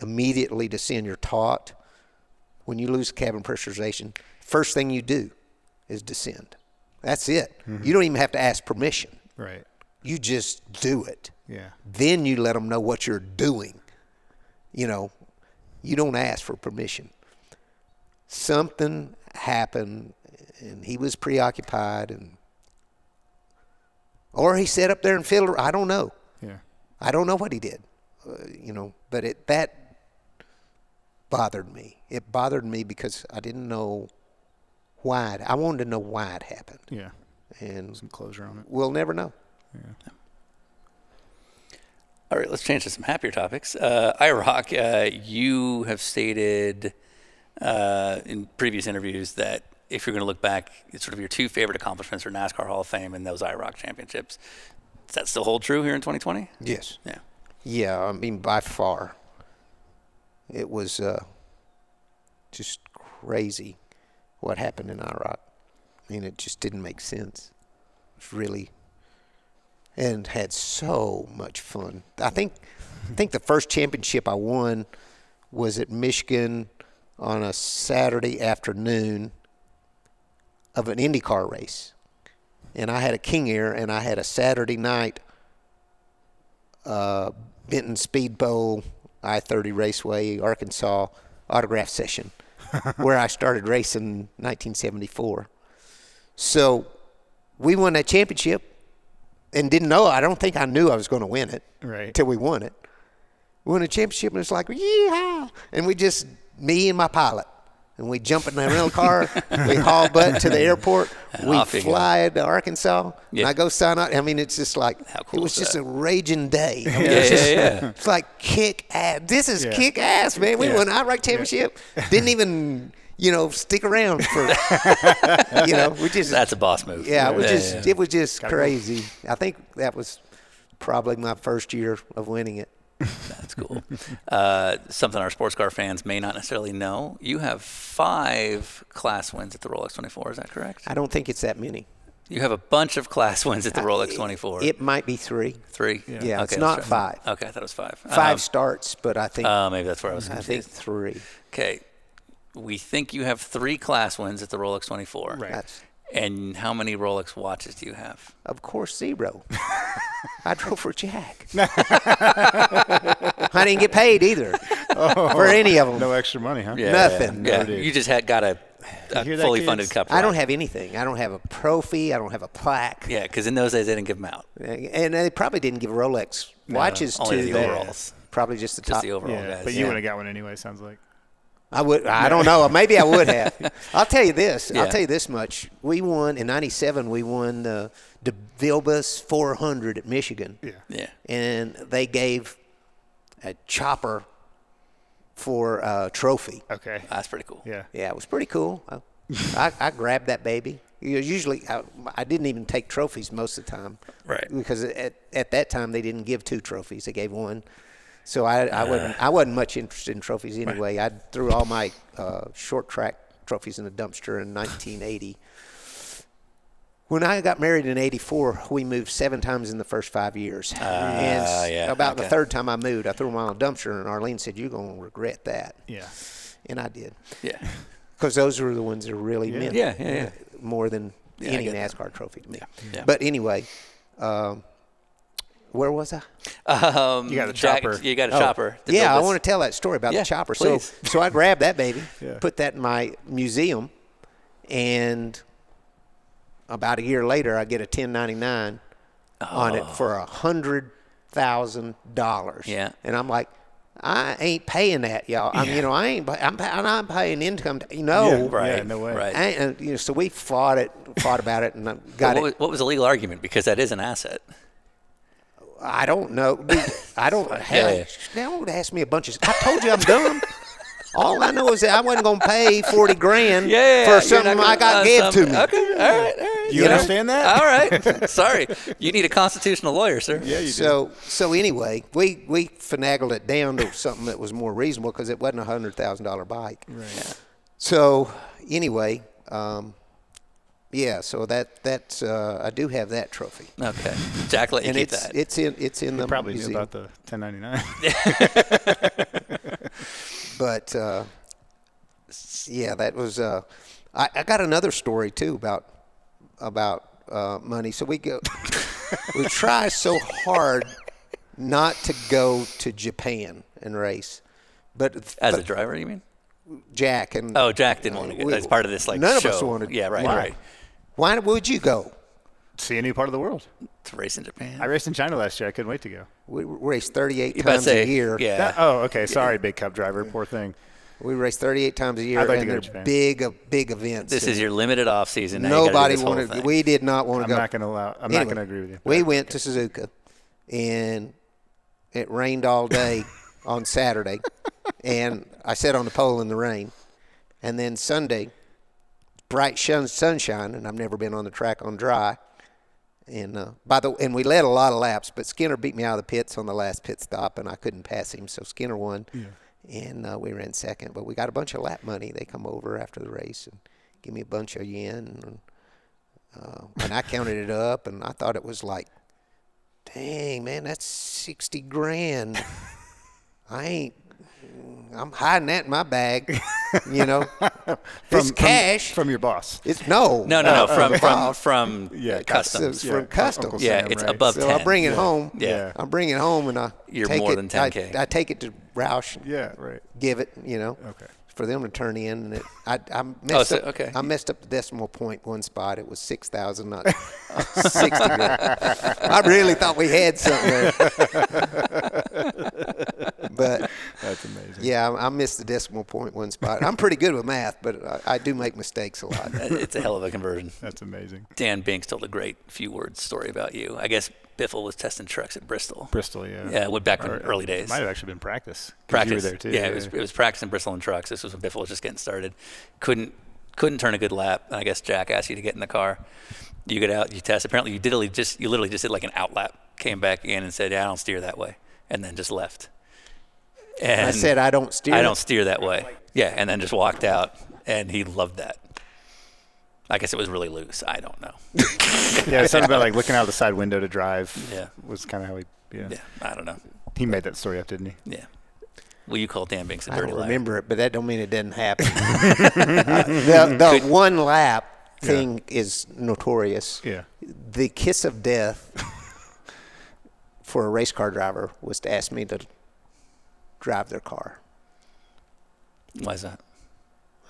immediately descend. You're taught when you lose cabin pressurization, first thing you do is descend. That's it. You don't even have to ask permission.
Right.
You just do it.
Yeah.
Then you let them know what you're doing. You know, you don't ask for permission. Something happened and he was preoccupied and or he sat up there and fiddled. I don't know.
Yeah.
I don't know what he did, uh, you know, but it that bothered me. It bothered me because I didn't know why. It, I wanted to know why it happened,
Yeah.
and
Some closure on it.
we'll never know.
All right, let's change to some happier topics. Uh, IROC, uh, you have stated uh, in previous interviews that if you're going to look back, it's sort of your two favorite accomplishments are NASCAR Hall of Fame and those IROC championships. Does that still hold true here in 2020?
Yes.
Yeah.
Yeah, I mean by far. It was uh, just crazy what happened in Iraq. I mean, it just didn't make sense. It's really, and had so much fun. I think, I think the first championship I won was at Michigan on a Saturday afternoon of an IndyCar race, and I had a King Air, and I had a Saturday night uh, Benton Speed Bowl, I 30 Raceway, Arkansas autograph session, where I started racing in 1974. So we won that championship and didn't know. I don't think I knew I was going to win it
Right.
till we won it. We won a championship and it's like, yeah. And we just, me and my pilot, and we jump in the rental car, we haul butt to the airport, we
off you go.
fly to Arkansas, and
Yeah.
I go sign up. I mean, it's just like,
How cool
it was
is
just
that?
a raging day. I mean,
Yeah,
it's
yeah,
just-
yeah.
It's like kick ass. This is
Yeah.
kick ass, man. We
Yeah.
won outright championship. Didn't even, you know, stick around for, you know, we just
That's a boss move.
yeah, it was
yeah,
just
yeah.
it was just crazy. I think that was probably my first year of winning it.
That's cool. uh, something our sports car fans may not necessarily know. You have five class wins at the Rolex 24. Is that correct?
I don't think it's that many.
You have a bunch of class wins at the Rolex
It-
24.
It might be three.
Three?
Yeah, it's
that's
not
right.
five.
Okay, I thought it was five.
Five
Um,
starts, but I think
uh, maybe that's where I was
I think
confused.
three.
Okay. We think you have three class wins at the Rolex 24.
Right.
That's
And how many Rolex watches do you have?
of course zero. I drove for Jack. I didn't get paid either for any of them.
No extra money, huh?
Oh. Yeah,
Nothing.
Yeah,
dude.
you just had got a, a
hear that,
fully
kids?
funded cup.
I don't
ride.
have anything. I don't have a trophy. I don't have a plaque.
Yeah, because in those days they didn't give them out.
And they probably didn't give Rolex watches
only
to
the
their-
overalls.
Probably just the
Just
top.
the overall
Yeah,
guys.
but you
yeah.
would have got one anyway. Sounds like.
I would. I don't know. Maybe I would have. I'll tell you this.
Yeah.
I'll tell you this much. We won in '97. We won the the Vilbus 400 at Michigan.
Yeah.
Yeah.
And they gave a chopper for a trophy.
Okay.
Ah, That's pretty cool.
Yeah.
Yeah, it was pretty cool. I, I, I grabbed that baby. You know, Usually, I, I didn't even take trophies most of the time.
Right.
Because at, at that time, they didn't give two trophies; they gave one. So I, I
Ah.
wasn't I wasn't much interested in trophies anyway. I threw all my uh, short track trophies in the dumpster in 1980. When I got married in '84, we moved seven times in the first five years. and s-
Ah, yeah,
about the
okay.
third time I moved, I threw them all in the dumpster, and Arlene said, "You're gonna regret that,"
Yeah.
and I did
Yeah.
because those were the ones that really meant
Yeah, yeah, yeah.
more than
Yeah, I
any
get that.
NASCAR trophy to me.
Yeah.
But anyway, um, where was I?
Um,
You got a
Jack-
chopper.
You got a
Oh.
chopper. The
yeah, I
Vilbus.
want to tell that story about
Yeah,
the chopper.
please.
So, so I grabbed that baby,
Yeah.
put that in my museum, and about a year later, I get a 1099 on it for a hundred thousand dollars.
Oh. Yeah.
and I'm like. I ain't paying that, y'all. I'm, you know, I ain't. pay- I'm, pay- I'm not paying income. T- you know,
Yeah,
Oh, Right.
Yeah, no way.
Right.
I, and, you know, so we fought it, fought about it, and I
But
got
what, was,
it.
what was the legal argument? Because that is an asset.
I don't know. I don't. hell,
yeah.
Don't ask me a bunch of. I told you I'm dumb. All I know is that I wasn't going to pay forty grand for something I got gave
give
to me.
Okay. All right. All right.
You
know?
understand that?
All right. Sorry. You need a constitutional lawyer, sir.
Yeah, you do.
So so anyway, we we finagled it down to something that was more reasonable because it wasn't a hundred thousand dollar bike. Right. So anyway, um, yeah. So that that's uh, I do have that trophy,
Okay. Jack let you
and
keep
it's
that.
it's in it's in the
Probably knew
museum.
about the 1099.
but uh, yeah, that was. Uh, I, I got another story too about about uh, money. So we go, we try so hard not to go to Japan and race, but
As
but
a driver, you mean?
Jack and
Oh, Jack didn't want to go.
we-
That's part of this like
none
show.
of us wanted.
Yeah. Right.
Why?
Right.
Why would you go?
See a new part of the world.
To race in Japan.
I raced in China last year. I couldn't wait to go.
We race 38
You about to
times
say,
a year.
Yeah.
That- oh, okay. Sorry, big cup driver. Poor thing.
We race 38 times a year,
I'd like to
and
go
they're
to Japan.
big, uh, big events.
This
and
is your limited off season. Now you gotta do
Nobody
this whole
wanted.
thing.
We did not want to
I'm
go.
not going to allow. I'm not
Anyway,
going to agree with you.
We went to Suzuka, and it rained all day on Saturday, and I sat on the pole in the rain, and then Sunday, bright shun, sunshine, and I've never been on the track on dry. And uh, by the and we led a lot of laps, but Skinner beat me out of the pits on the last pit stop, and I couldn't pass him, so Skinner won, and uh, we ran second. But we got a bunch of lap money. They come over after the race and give me a bunch of yen, and, uh, and I counted it up, and I thought it was like, dang man, that's sixty grand. I ain't. I'm hiding that in my bag, you know. it's cash.
from your boss.
it's no,
No, no, no. From from from
Uh, Yeah,
yeah, customs.
customs from
Uncle
customs.
Yeah,
Sam,
it's
right?
above
So I
ten.
bring it home.
Yeah.
I bring it home and I
You're
take
more
it,
than
I-
10K.
I, take it to Roush.
Yeah, right.
Give it, you know.
Okay.
For them to turn in, and it, I, I messed
Oh, so-
up.
okay.
I messed up the decimal point one spot. It was six thousand, not sixty. grand. I really thought we had something there, but
That's amazing.
yeah, I, I missed the decimal point one spot. I'm pretty good with math, but I, I do make mistakes a lot.
It's a hell of a conversion.
That's amazing.
Dan Binks told a great few words story about you. I guess Biffle was testing trucks at Bristol.
Bristol, yeah.
Yeah, went back in
Or-
early days.
Might have actually been practice. 'cause
practice.
You were there too.
Yeah, it was, it was practice in Bristol and trucks. This was when Biffle was just getting started. Couldn't couldn't turn a good lap. And I guess Jack asked you to get in the car. You get out, you test. Apparently, you did just you literally just did like an out lap. Came back in and said, "Yeah, I don't steer that way." and then just left. And
I said I don't steer.
I don't steer that way. Yeah, and then just walked out, and he loved that. I guess it was really loose. I don't know.
Yeah, it's something about like looking out the side window to drive.
Yeah.
was kind of how he. Yeah.
Yeah, I don't know.
he made that story up, didn't he?
Yeah. Well, you call Dan Binks a
I
dirty
don't
liar.
remember it, but that don't mean it didn't happen. the the one lap thing is notorious.
Yeah.
The kiss of death for a race car driver was to ask me to drive their car.
Why is that?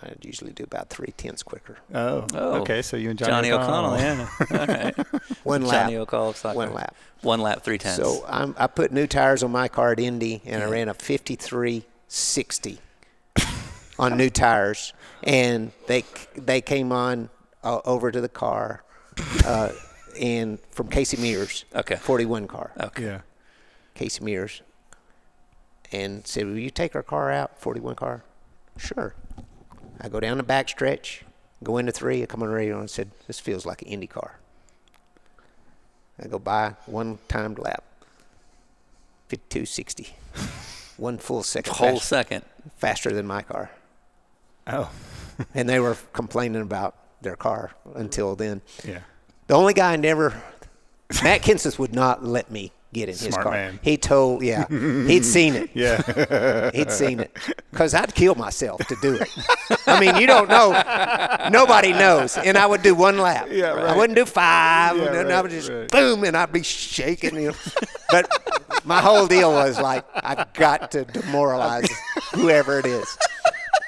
I'd usually do about three tenths quicker.
Oh. Okay, so you and Johnny,
Johnny O'Connell. Yeah. All right.
One lap.
Johnny O'Connell. soccer.
One lap.
One lap, three tenths.
So I'm, I put new tires on my car at Indy, and I ran a 5360 on new tires, and they they came on uh, over to the car, uh, and from Casey Mears,
Okay.
41 car,
okay.
Yeah.
Casey Mears, and said, "Will you take our car out, 41 car?" Sure. I go down the back stretch, go into three. I come on the radio and said, "This feels like an Indy car." I go by one timed lap, 5260, one full second
Whole
fast-
second.
faster than my car.
Oh.
And they were complaining about their car until then.
Yeah.
The only guy I never, Matt Kenseth would not let me get in his
Smart
car.
man.
He told, yeah, he'd seen it.
Yeah.
He'd seen it. Because I'd kill myself to do it. I mean, you don't know. Nobody knows. And I would do one lap.
Yeah,
I
right.
wouldn't do five.
Yeah,
and then I
right,
would just
right.
boom, and I'd be shaking. You know. But my whole deal was like, I've got to demoralize whoever it is.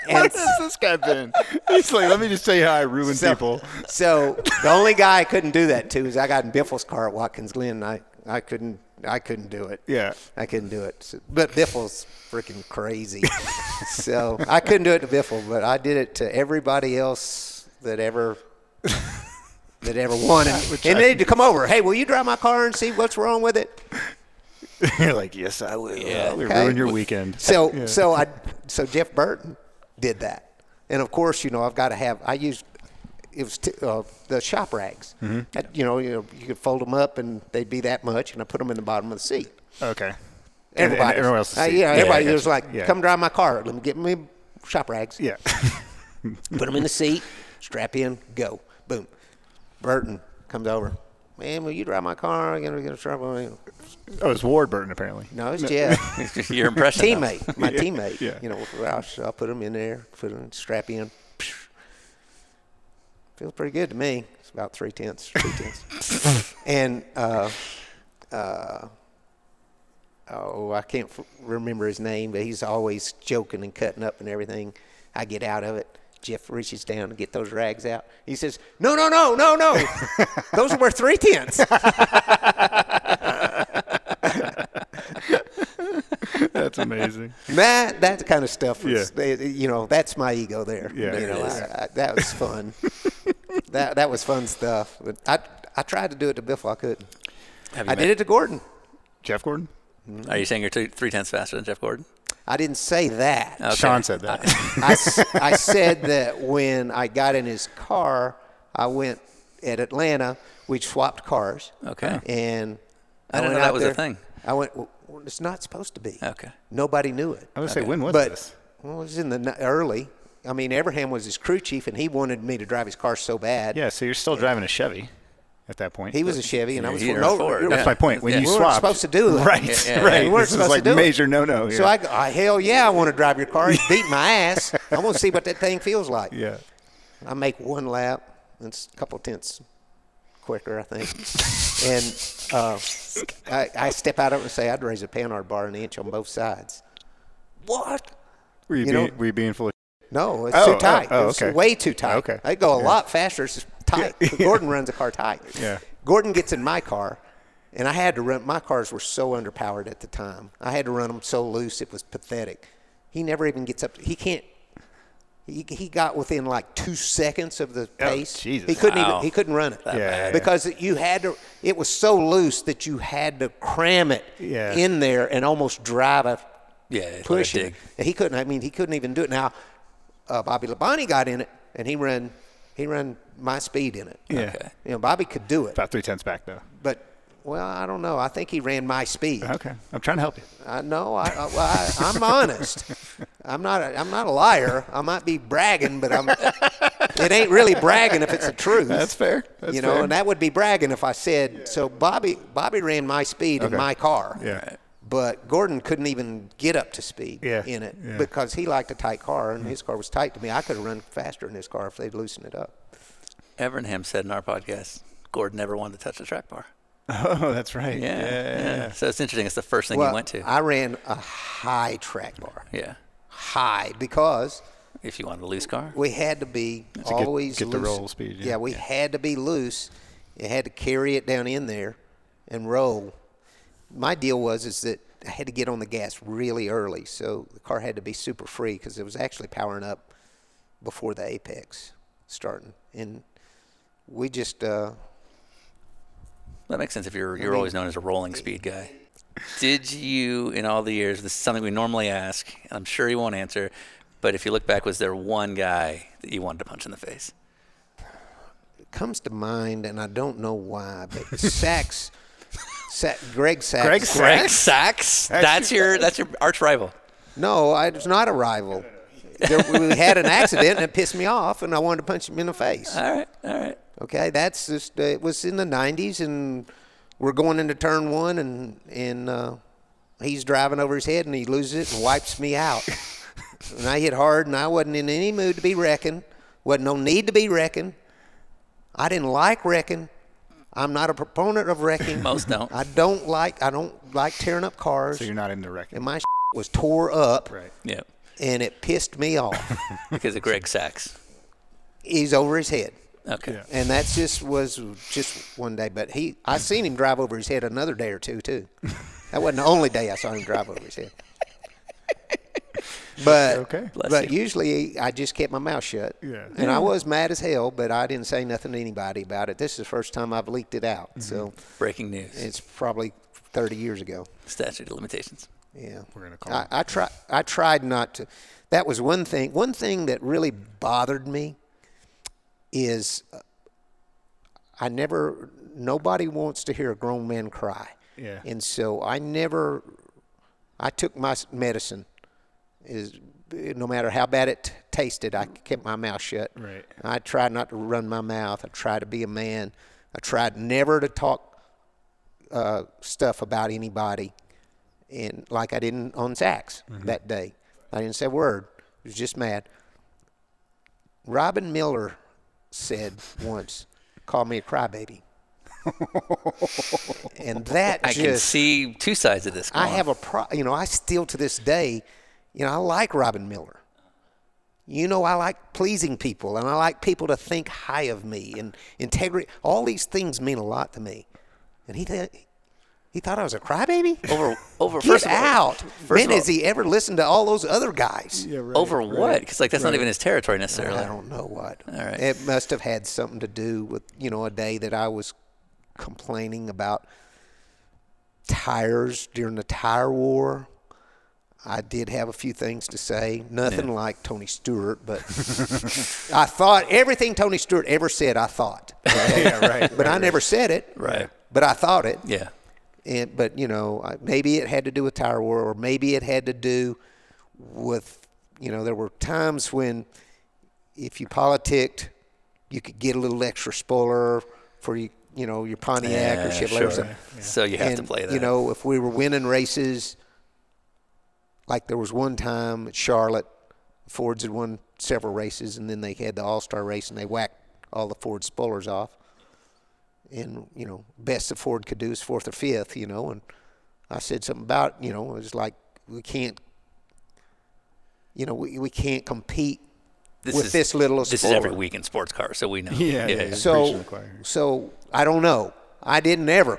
Where
And
has this guy been? He's like, let me just tell you how I ruin people.
so the only guy I couldn't do that to is I got in Biffle's car at Watkins Glen. And I, I couldn't I couldn't do it.
Yeah.
I couldn't do it. So- But Biffle's freaking crazy. so I couldn't do it to Biffle, but I did it to everybody else that ever that ever wanted. and they had to come over. Hey, will you drive my car and see what's wrong with it?
You're like, yes, I will.
Yeah.
We
Okay.
ruin your weekend.
So so I so Jeff Burton did that, and of course you know I've got to have I used it was t- uh, the shop rags.
Mm-hmm.
I- you know you know you could fold them up and they'd be that much, and I put them in the bottom of the seat.
Okay. And- and
Everybody,
everyone else.
Uh, yeah, everybody
I
was
got
like,
you. Yeah.
"Come drive my car. Let me get me shop rags.
Yeah.
Put them in the seat, strap in, go. Boom." Burton comes over. Man, will you drive my car? I'm gonna get in trouble.
oh, it's Ward Burton apparently.
No, it's Jeff.
Your impression. though.
teammate, my teammate.
yeah.
You know, I'll, I'll put him in there, put him strap in. Feels pretty good to me. It's about three tenths, three tenths. and uh, uh, oh, I can't f- remember his name, but he's always joking and cutting up and everything. I get out of it. Jeff reaches down to get those rags out. He says, "No, no, no, no, no. those were three tenths."
That's amazing.
That that kind of stuff was,
Yeah.
eh, you know, that's my ego there.
Yeah.
you
There
know,
it is.
I, I, that was fun. that that was fun stuff. But I I tried to do it to Biffle, I couldn't.
Have you
I did
met-
it to Gordon.
Jeff Gordon.
Are you saying you're two, three tenths faster than Jeff Gordon?
I didn't say that.
Okay.
Sean said that.
I, s- I said that when I got in his car, I went at Atlanta. We swapped cars.
Okay.
And
I didn't
went
know that
out
was a
there.
thing.
I went. Well, it's not supposed to be.
Okay.
Nobody knew it.
I would say, when was this?
Well, it was in the n- early. I mean, Abraham was his crew chief, and he wanted me to drive his car so bad.
Yeah, so you're still driving a Chevy at that point.
He was a Chevy, and I
Yeah,
was
he
no.
or Ford,
you're
That's
yeah.
my point. When
Yeah.
you
We weren't
swapped,
supposed to do that.
right,
yeah,
right.
We weren't
this
supposed
is
to
like
do it.
major no-no. Here.
So I, go, "Ah, hell yeah, I want to drive your car. He's beating my ass. I want to see what that thing feels like.
yeah,
I make one lap. and It's a couple tenths quicker, I think. and uh, I, I step out of it and say, I'd raise a Panhard bar an inch on both sides. What?
were you,
you
being,
know-
were you being full of?
No, it's
Oh,
too tight.
oh, oh,
it's
okay.
way too tight.
Okay.
I go a lot faster. It's just tight. Gordon runs a car tight.
Yeah.
Gordon gets in my car, and I had to run. My cars were so underpowered at the time. I had to run them so loose it was pathetic. He never even gets up. He can't. He, he got within like two seconds of the pace.
Oh, Jesus.
He couldn't
Wow.
even. He couldn't run it.
bad.
Because you had to. It was so loose that you had to cram it
Yeah.
in there and almost drive a
Yeah.
pushing.
Dig.
And He couldn't. I mean, he couldn't even do it. Now, uh, Bobby Labonte got in it, and he ran. He ran my speed in it.
Yeah,
Okay.
You know, Bobby could do it,
about three tenths back though.
but Well, I don't know. I think he ran my speed.
Okay, I'm trying to help you.
I know. I, I, well, I, I'm honest. I'm not. A, I'm not a liar. I might be bragging, but I'm. It ain't really bragging if it's the truth.
That's fair. That's
you know,
fair.
and that would be bragging if I said so. Bobby, Bobby ran my speed
Okay.
in my car.
Yeah.
But Gordon couldn't even get up to speed
Yeah.
in it
Yeah. Hmm.
because he liked a tight car, and his car was tight to me. I could have run faster in his car if they'd loosened it up.
Evernham said in our podcast, Gordon never wanted to touch the track bar.
Oh, that's right.
Yeah. yeah. So it's interesting. It's the first thing
well,
he went to.
I ran a high track bar,
yeah.
high because
If you wanted a loose car.
we had to be
get-
always
get the
loose.
roll speed, yeah.
we had to be loose. You had to carry it down in there and roll. My deal was is that I had to get on the gas really early, so the car had to be super free because it was actually powering up before the apex starting, and we just uh,
That makes sense if you're you're always known as a rolling speed guy. Did you in all the years this is something we normally ask, and I'm sure you won't answer, but if you look back, was there one guy that you wanted to punch in the face?
comes to mind, and I don't know why, but Sachs, Sa- Greg Sachs.
Greg Sachs?
Greg Sachs?
That's
That's
your-
your that's your arch rival.
No, I, it's not a rival. There, we had an accident and it pissed me off, and I wanted to punch him in the face.
All right, all right.
Okay, that's just uh, it was in the '90s, and we're going into turn one, and and uh, he's driving over his head, and he loses it and wipes me out. and I hit hard, and I wasn't in any mood to be wrecking. wasn't no need to be wrecking. I didn't like wrecking. I'm not a proponent of wrecking.
Most don't.
I don't like. I don't like tearing up cars.
So you're not into wrecking.
and my was tore up,
Right.
Yeah.
and it pissed me off.
Because of Greg Sachs.
he's over his head.
Okay.
Yeah.
And that just was just one day, but he I seen him drive over his head another day or two too. That wasn't the only day I saw him drive over his head. But
Okay.
Bless
but
you.
usually I just kept my mouth shut.
Yeah.
And I was mad as hell, but I didn't say nothing to anybody about it. This is the first time I've leaked it out, so
Mm-hmm.
Breaking news.
it's probably 30 years ago.
Statute of limitations.
Yeah. We're
gonna call
I, I try I tried not to that was one thing one thing that really bothered me is uh, I never nobody wants to hear a grown man cry.
Yeah.
And so I never I took my s- medicine is no matter how bad it t- tasted, I kept my mouth shut.
Right.
I tried not to run my mouth. I tried to be a man. I tried never to talk uh, stuff about anybody, and like I didn't on Saks that day. I didn't say a word. I was just mad. Robin Miller said once, "Called me a crybaby," and that
I
just
can see two sides of this.
I
coin.
have a pro, you know, I still to this day, you know, I like Robin Miller. You know, I like pleasing people and I like people to think high of me and integrity. All these things mean a lot to me. And he th- he thought I was a crybaby?
over over
Get
first of all-
out.
first
Man,
of all-
has he ever listened to all those other guys?
over what? Because like that's not even his territory necessarily.
I don't know what.
right.
It must have had something to do with you know a day that I was complaining about tires during the tire war. I did have a few things to say. Nothing like Tony Stewart, but I thought everything Tony Stewart ever said, I thought.
yeah, right.
But I never said it.
Right.
But I thought it.
Yeah.
And, but you know, I- maybe it had to do with tire war, or maybe it had to do with you know there were times when if you politicked, you could get a little extra spoiler for you you know your Pontiac or
Yeah,
Chevrolet. Or
sure.
something.
So you have to
And,
play that.
You know, if we were winning races, like there was one time at Charlotte, Fords had won several races, and then they had the All Star race, and they whacked all the Ford spoilers off. And you know, best that Ford could do is fourth or fifth. You know, and I said something about you know it was like we can't, you know, we we can't compete with
is-
this little.
This is
spoiler.
every week in sports cars, so we know.
Yeah, yeah, yeah. Preaching to
So,
the choir.
so I don't know. I didn't ever,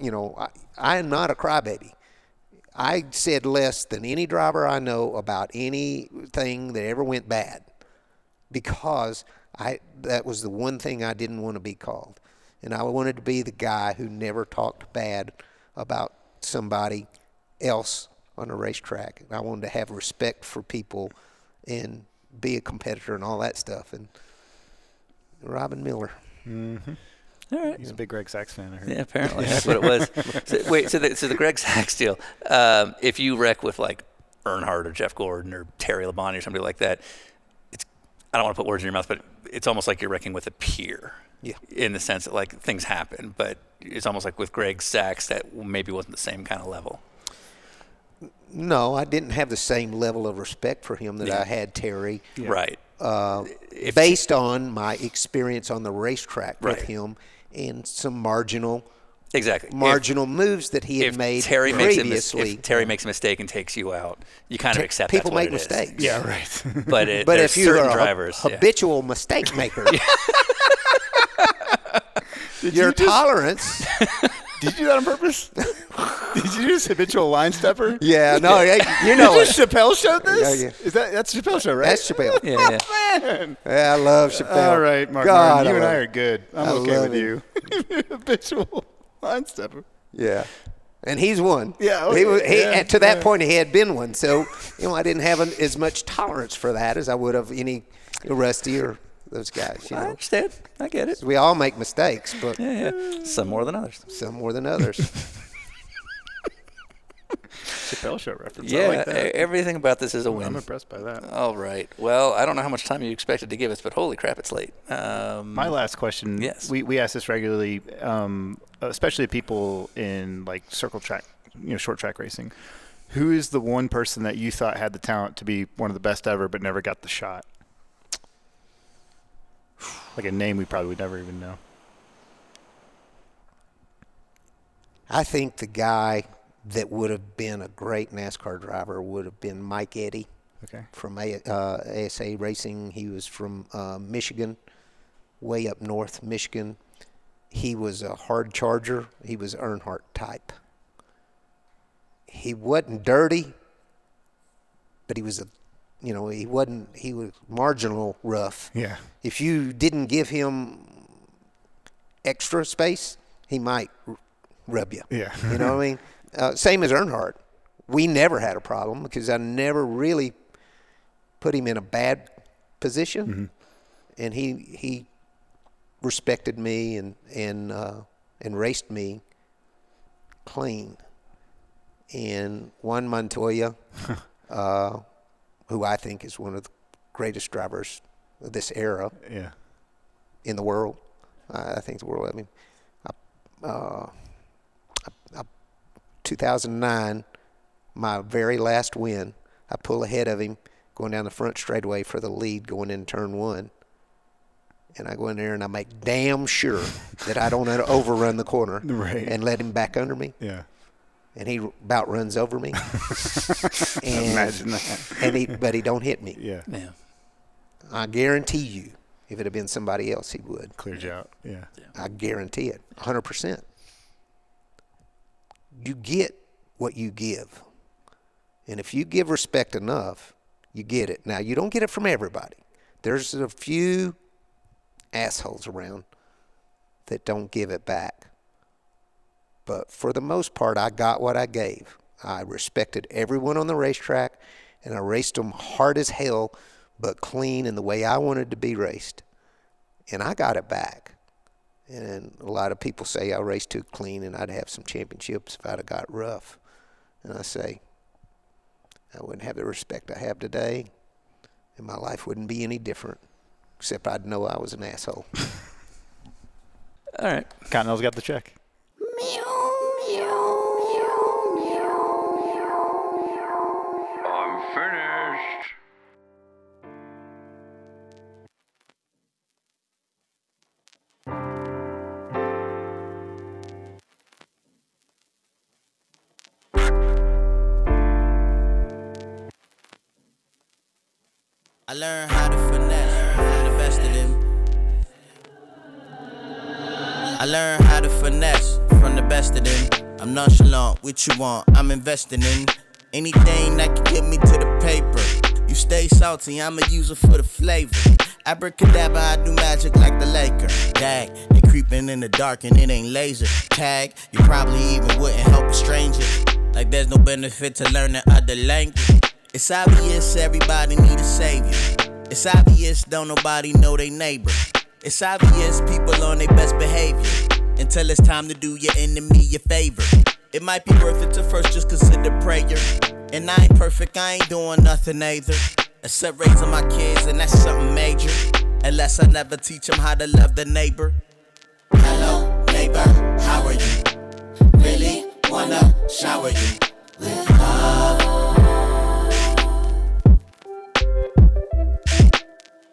you know, I, I am not a crybaby. I said less than any driver I know about anything that ever went bad because I that was the one thing I didn't want to be called. And I wanted to be the guy who never talked bad about somebody else on a racetrack. And I wanted to have respect for people and be a competitor and all that stuff. And Robin Miller.
All right.
He's a big Greg Sachs fan. I heard.
Yeah, apparently that's what it was. So, wait, so the, so the Greg Sachs deal. Um, if you wreck with like Earnhardt or Jeff Gordon or Terry Labonte or somebody like that, it's I don't want to put words in your mouth, but it's almost like you're wrecking with a peer.
Yeah.
In the sense that like things happen, but it's almost like with Greg Sachs that maybe wasn't the same kind of level.
No, I didn't have the same level of respect for him that I had Terry.
Right.
uh, based on my experience on the racetrack with
Right.
him and some marginal
Exactly. If-
marginal moves that he had
if
made
Terry makes a mis-
previously.
if Terry makes a mistake and takes you out, you kind of accept
people
that's what
make
it is.
mistakes.
Yeah, right.
But it,
But
there's
if you
certain
are a
drivers, yeah.
habitual mistake maker, your tolerance.
Did you do that on purpose? Did you just habitual line stepper?
Yeah, no, yeah, you know
Did
it.
Chappelle showed this?
Yeah, yeah.
Is that that's Chappelle show, right?
That's Chappelle.
yeah, yeah.
Man.
Yeah, I love Chappelle.
All right, Mark.
God,
Martin, you and I
love
are
him.
good. I'm
I
okay
love
with you. You're a habitual line stepper.
Yeah. And he's one.
Yeah, oh,
he was, he,
yeah,
and to that
yeah.
point, he had been one. So, you know, I didn't have an, as much tolerance for that as I would have any Rusty or those guys. You
I
know,
understand. I get it.
we all make mistakes, but
Yeah, yeah. Some more than others.
some more than others.
Chappelle show reference.
Yeah,
I like
eh,
that.
e- everything about this is a win.
I'm impressed by
um,
that.
All right. Well, I don't know how much time you expected to give us, but holy crap, it's late. Um,
My last question.
Yes.
We, we ask this regularly, um, especially people in like circle track, you know, short track racing. Who is the one person that you thought had the talent to be one of the best ever, but never got the shot? Like a name we probably would never even know.
I think the guy that would have been a great NASCAR driver would have been Mike Eddy
Okay.
from a, uh, ASA Racing. He was from uh, Michigan, way up north, Michigan. He was a hard charger. He was Earnhardt type. He wasn't dirty, but he was a, you know, he wasn't. He was marginal rough.
Yeah.
If you didn't give him extra space, he might r- rub you.
Yeah.
you know what I mean? Uh, same as Earnhardt. We never had a problem because I never really put him in a bad position, and he he respected me and and uh, and raced me clean. And Juan Montoya, uh, who I think is one of the greatest drivers of this era,
Yeah.
in the world. I I think the world. I mean, I, uh, I, I, 2009, my very last win, I pull ahead of him going down the front straightaway for the lead going in turn one. And I go in there and I make damn sure that I don't overrun the corner
Right.
and let him back under me.
Yeah.
And he about runs over me. and,
Imagine that.
And he, but he don't hit me.
Yeah.
yeah.
I guarantee you, if it had been somebody else, he would.
Cleared you out. Yeah.
I guarantee it, 100%. You get what you give. And if you give respect enough, you get it. Now, you don't get it from everybody. There's a few assholes around that don't give it back. But for the most part, I got what I gave. I respected everyone on the racetrack, and I raced them hard as hell, but clean in the way I wanted to be raced. And I got it back. And a lot of people say I raced too clean and I'd have some championships if I'd have got rough. And I say, I wouldn't have the respect I have today, and my life wouldn't be any different, except I'd know I was an asshole.
All right.
Continental's got the check.
I'm finished.
I learned how to finesse from the best of them. I learned how to finesse from the best of them. I'm nonchalant, what you want, I'm investing in anything that can get me to the paper. You stay salty, I'ma use it for the flavor. Abracadabra, I do magic like the Laker. Dag, they creeping in the dark and it ain't laser. Tag, you probably even wouldn't help a stranger. Like there's no benefit to learning other language. It's obvious everybody need a savior. It's obvious don't nobody know they neighbor. It's obvious people on their best behavior until it's time to do your enemy a favor. It might be worth it to first just consider prayer. And I ain't perfect, I ain't doing nothing either. Except raising my kids, and that's something major. Unless I never teach them how to love the neighbor. Hello, neighbor, how are you? Really wanna shower you with love.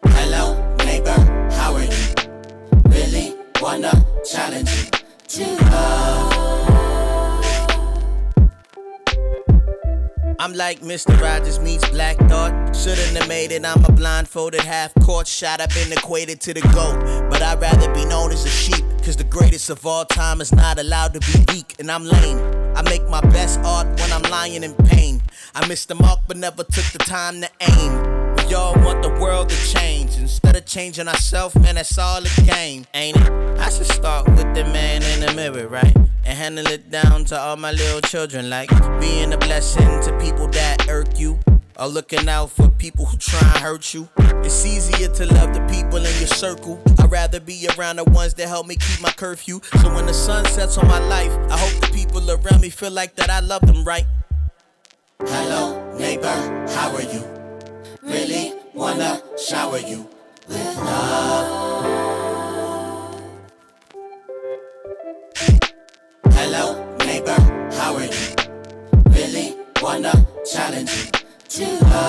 Hello, neighbor, how are you? Really wanna challenge you to love. I'm like Mr. Rogers meets Black Thought. Shouldn't have made it. I'm a blindfolded half court shot. I've been equated to the GOAT. But I'd rather be known as a sheep. Cause the greatest of all time is not allowed to be weak. And I'm lame. I make my best art when I'm lying in pain. I missed the mark but never took the time to aim. We all want the world to change. Instead of changing ourselves, man, that's all a game, ain't it? I should start with the man in the mirror, right? And handle it down to all my little children, like being a blessing to people that irk you. Or looking out for people who try and hurt you. It's easier to love the people in your circle. I'd rather be around the ones that help me keep my curfew. So when the sun sets on my life, I hope the people around me feel like that I love them right. Hello, neighbor, how are you? really wanna shower you with love. Hello, neighbor, how are you? Really wanna challenge you to love.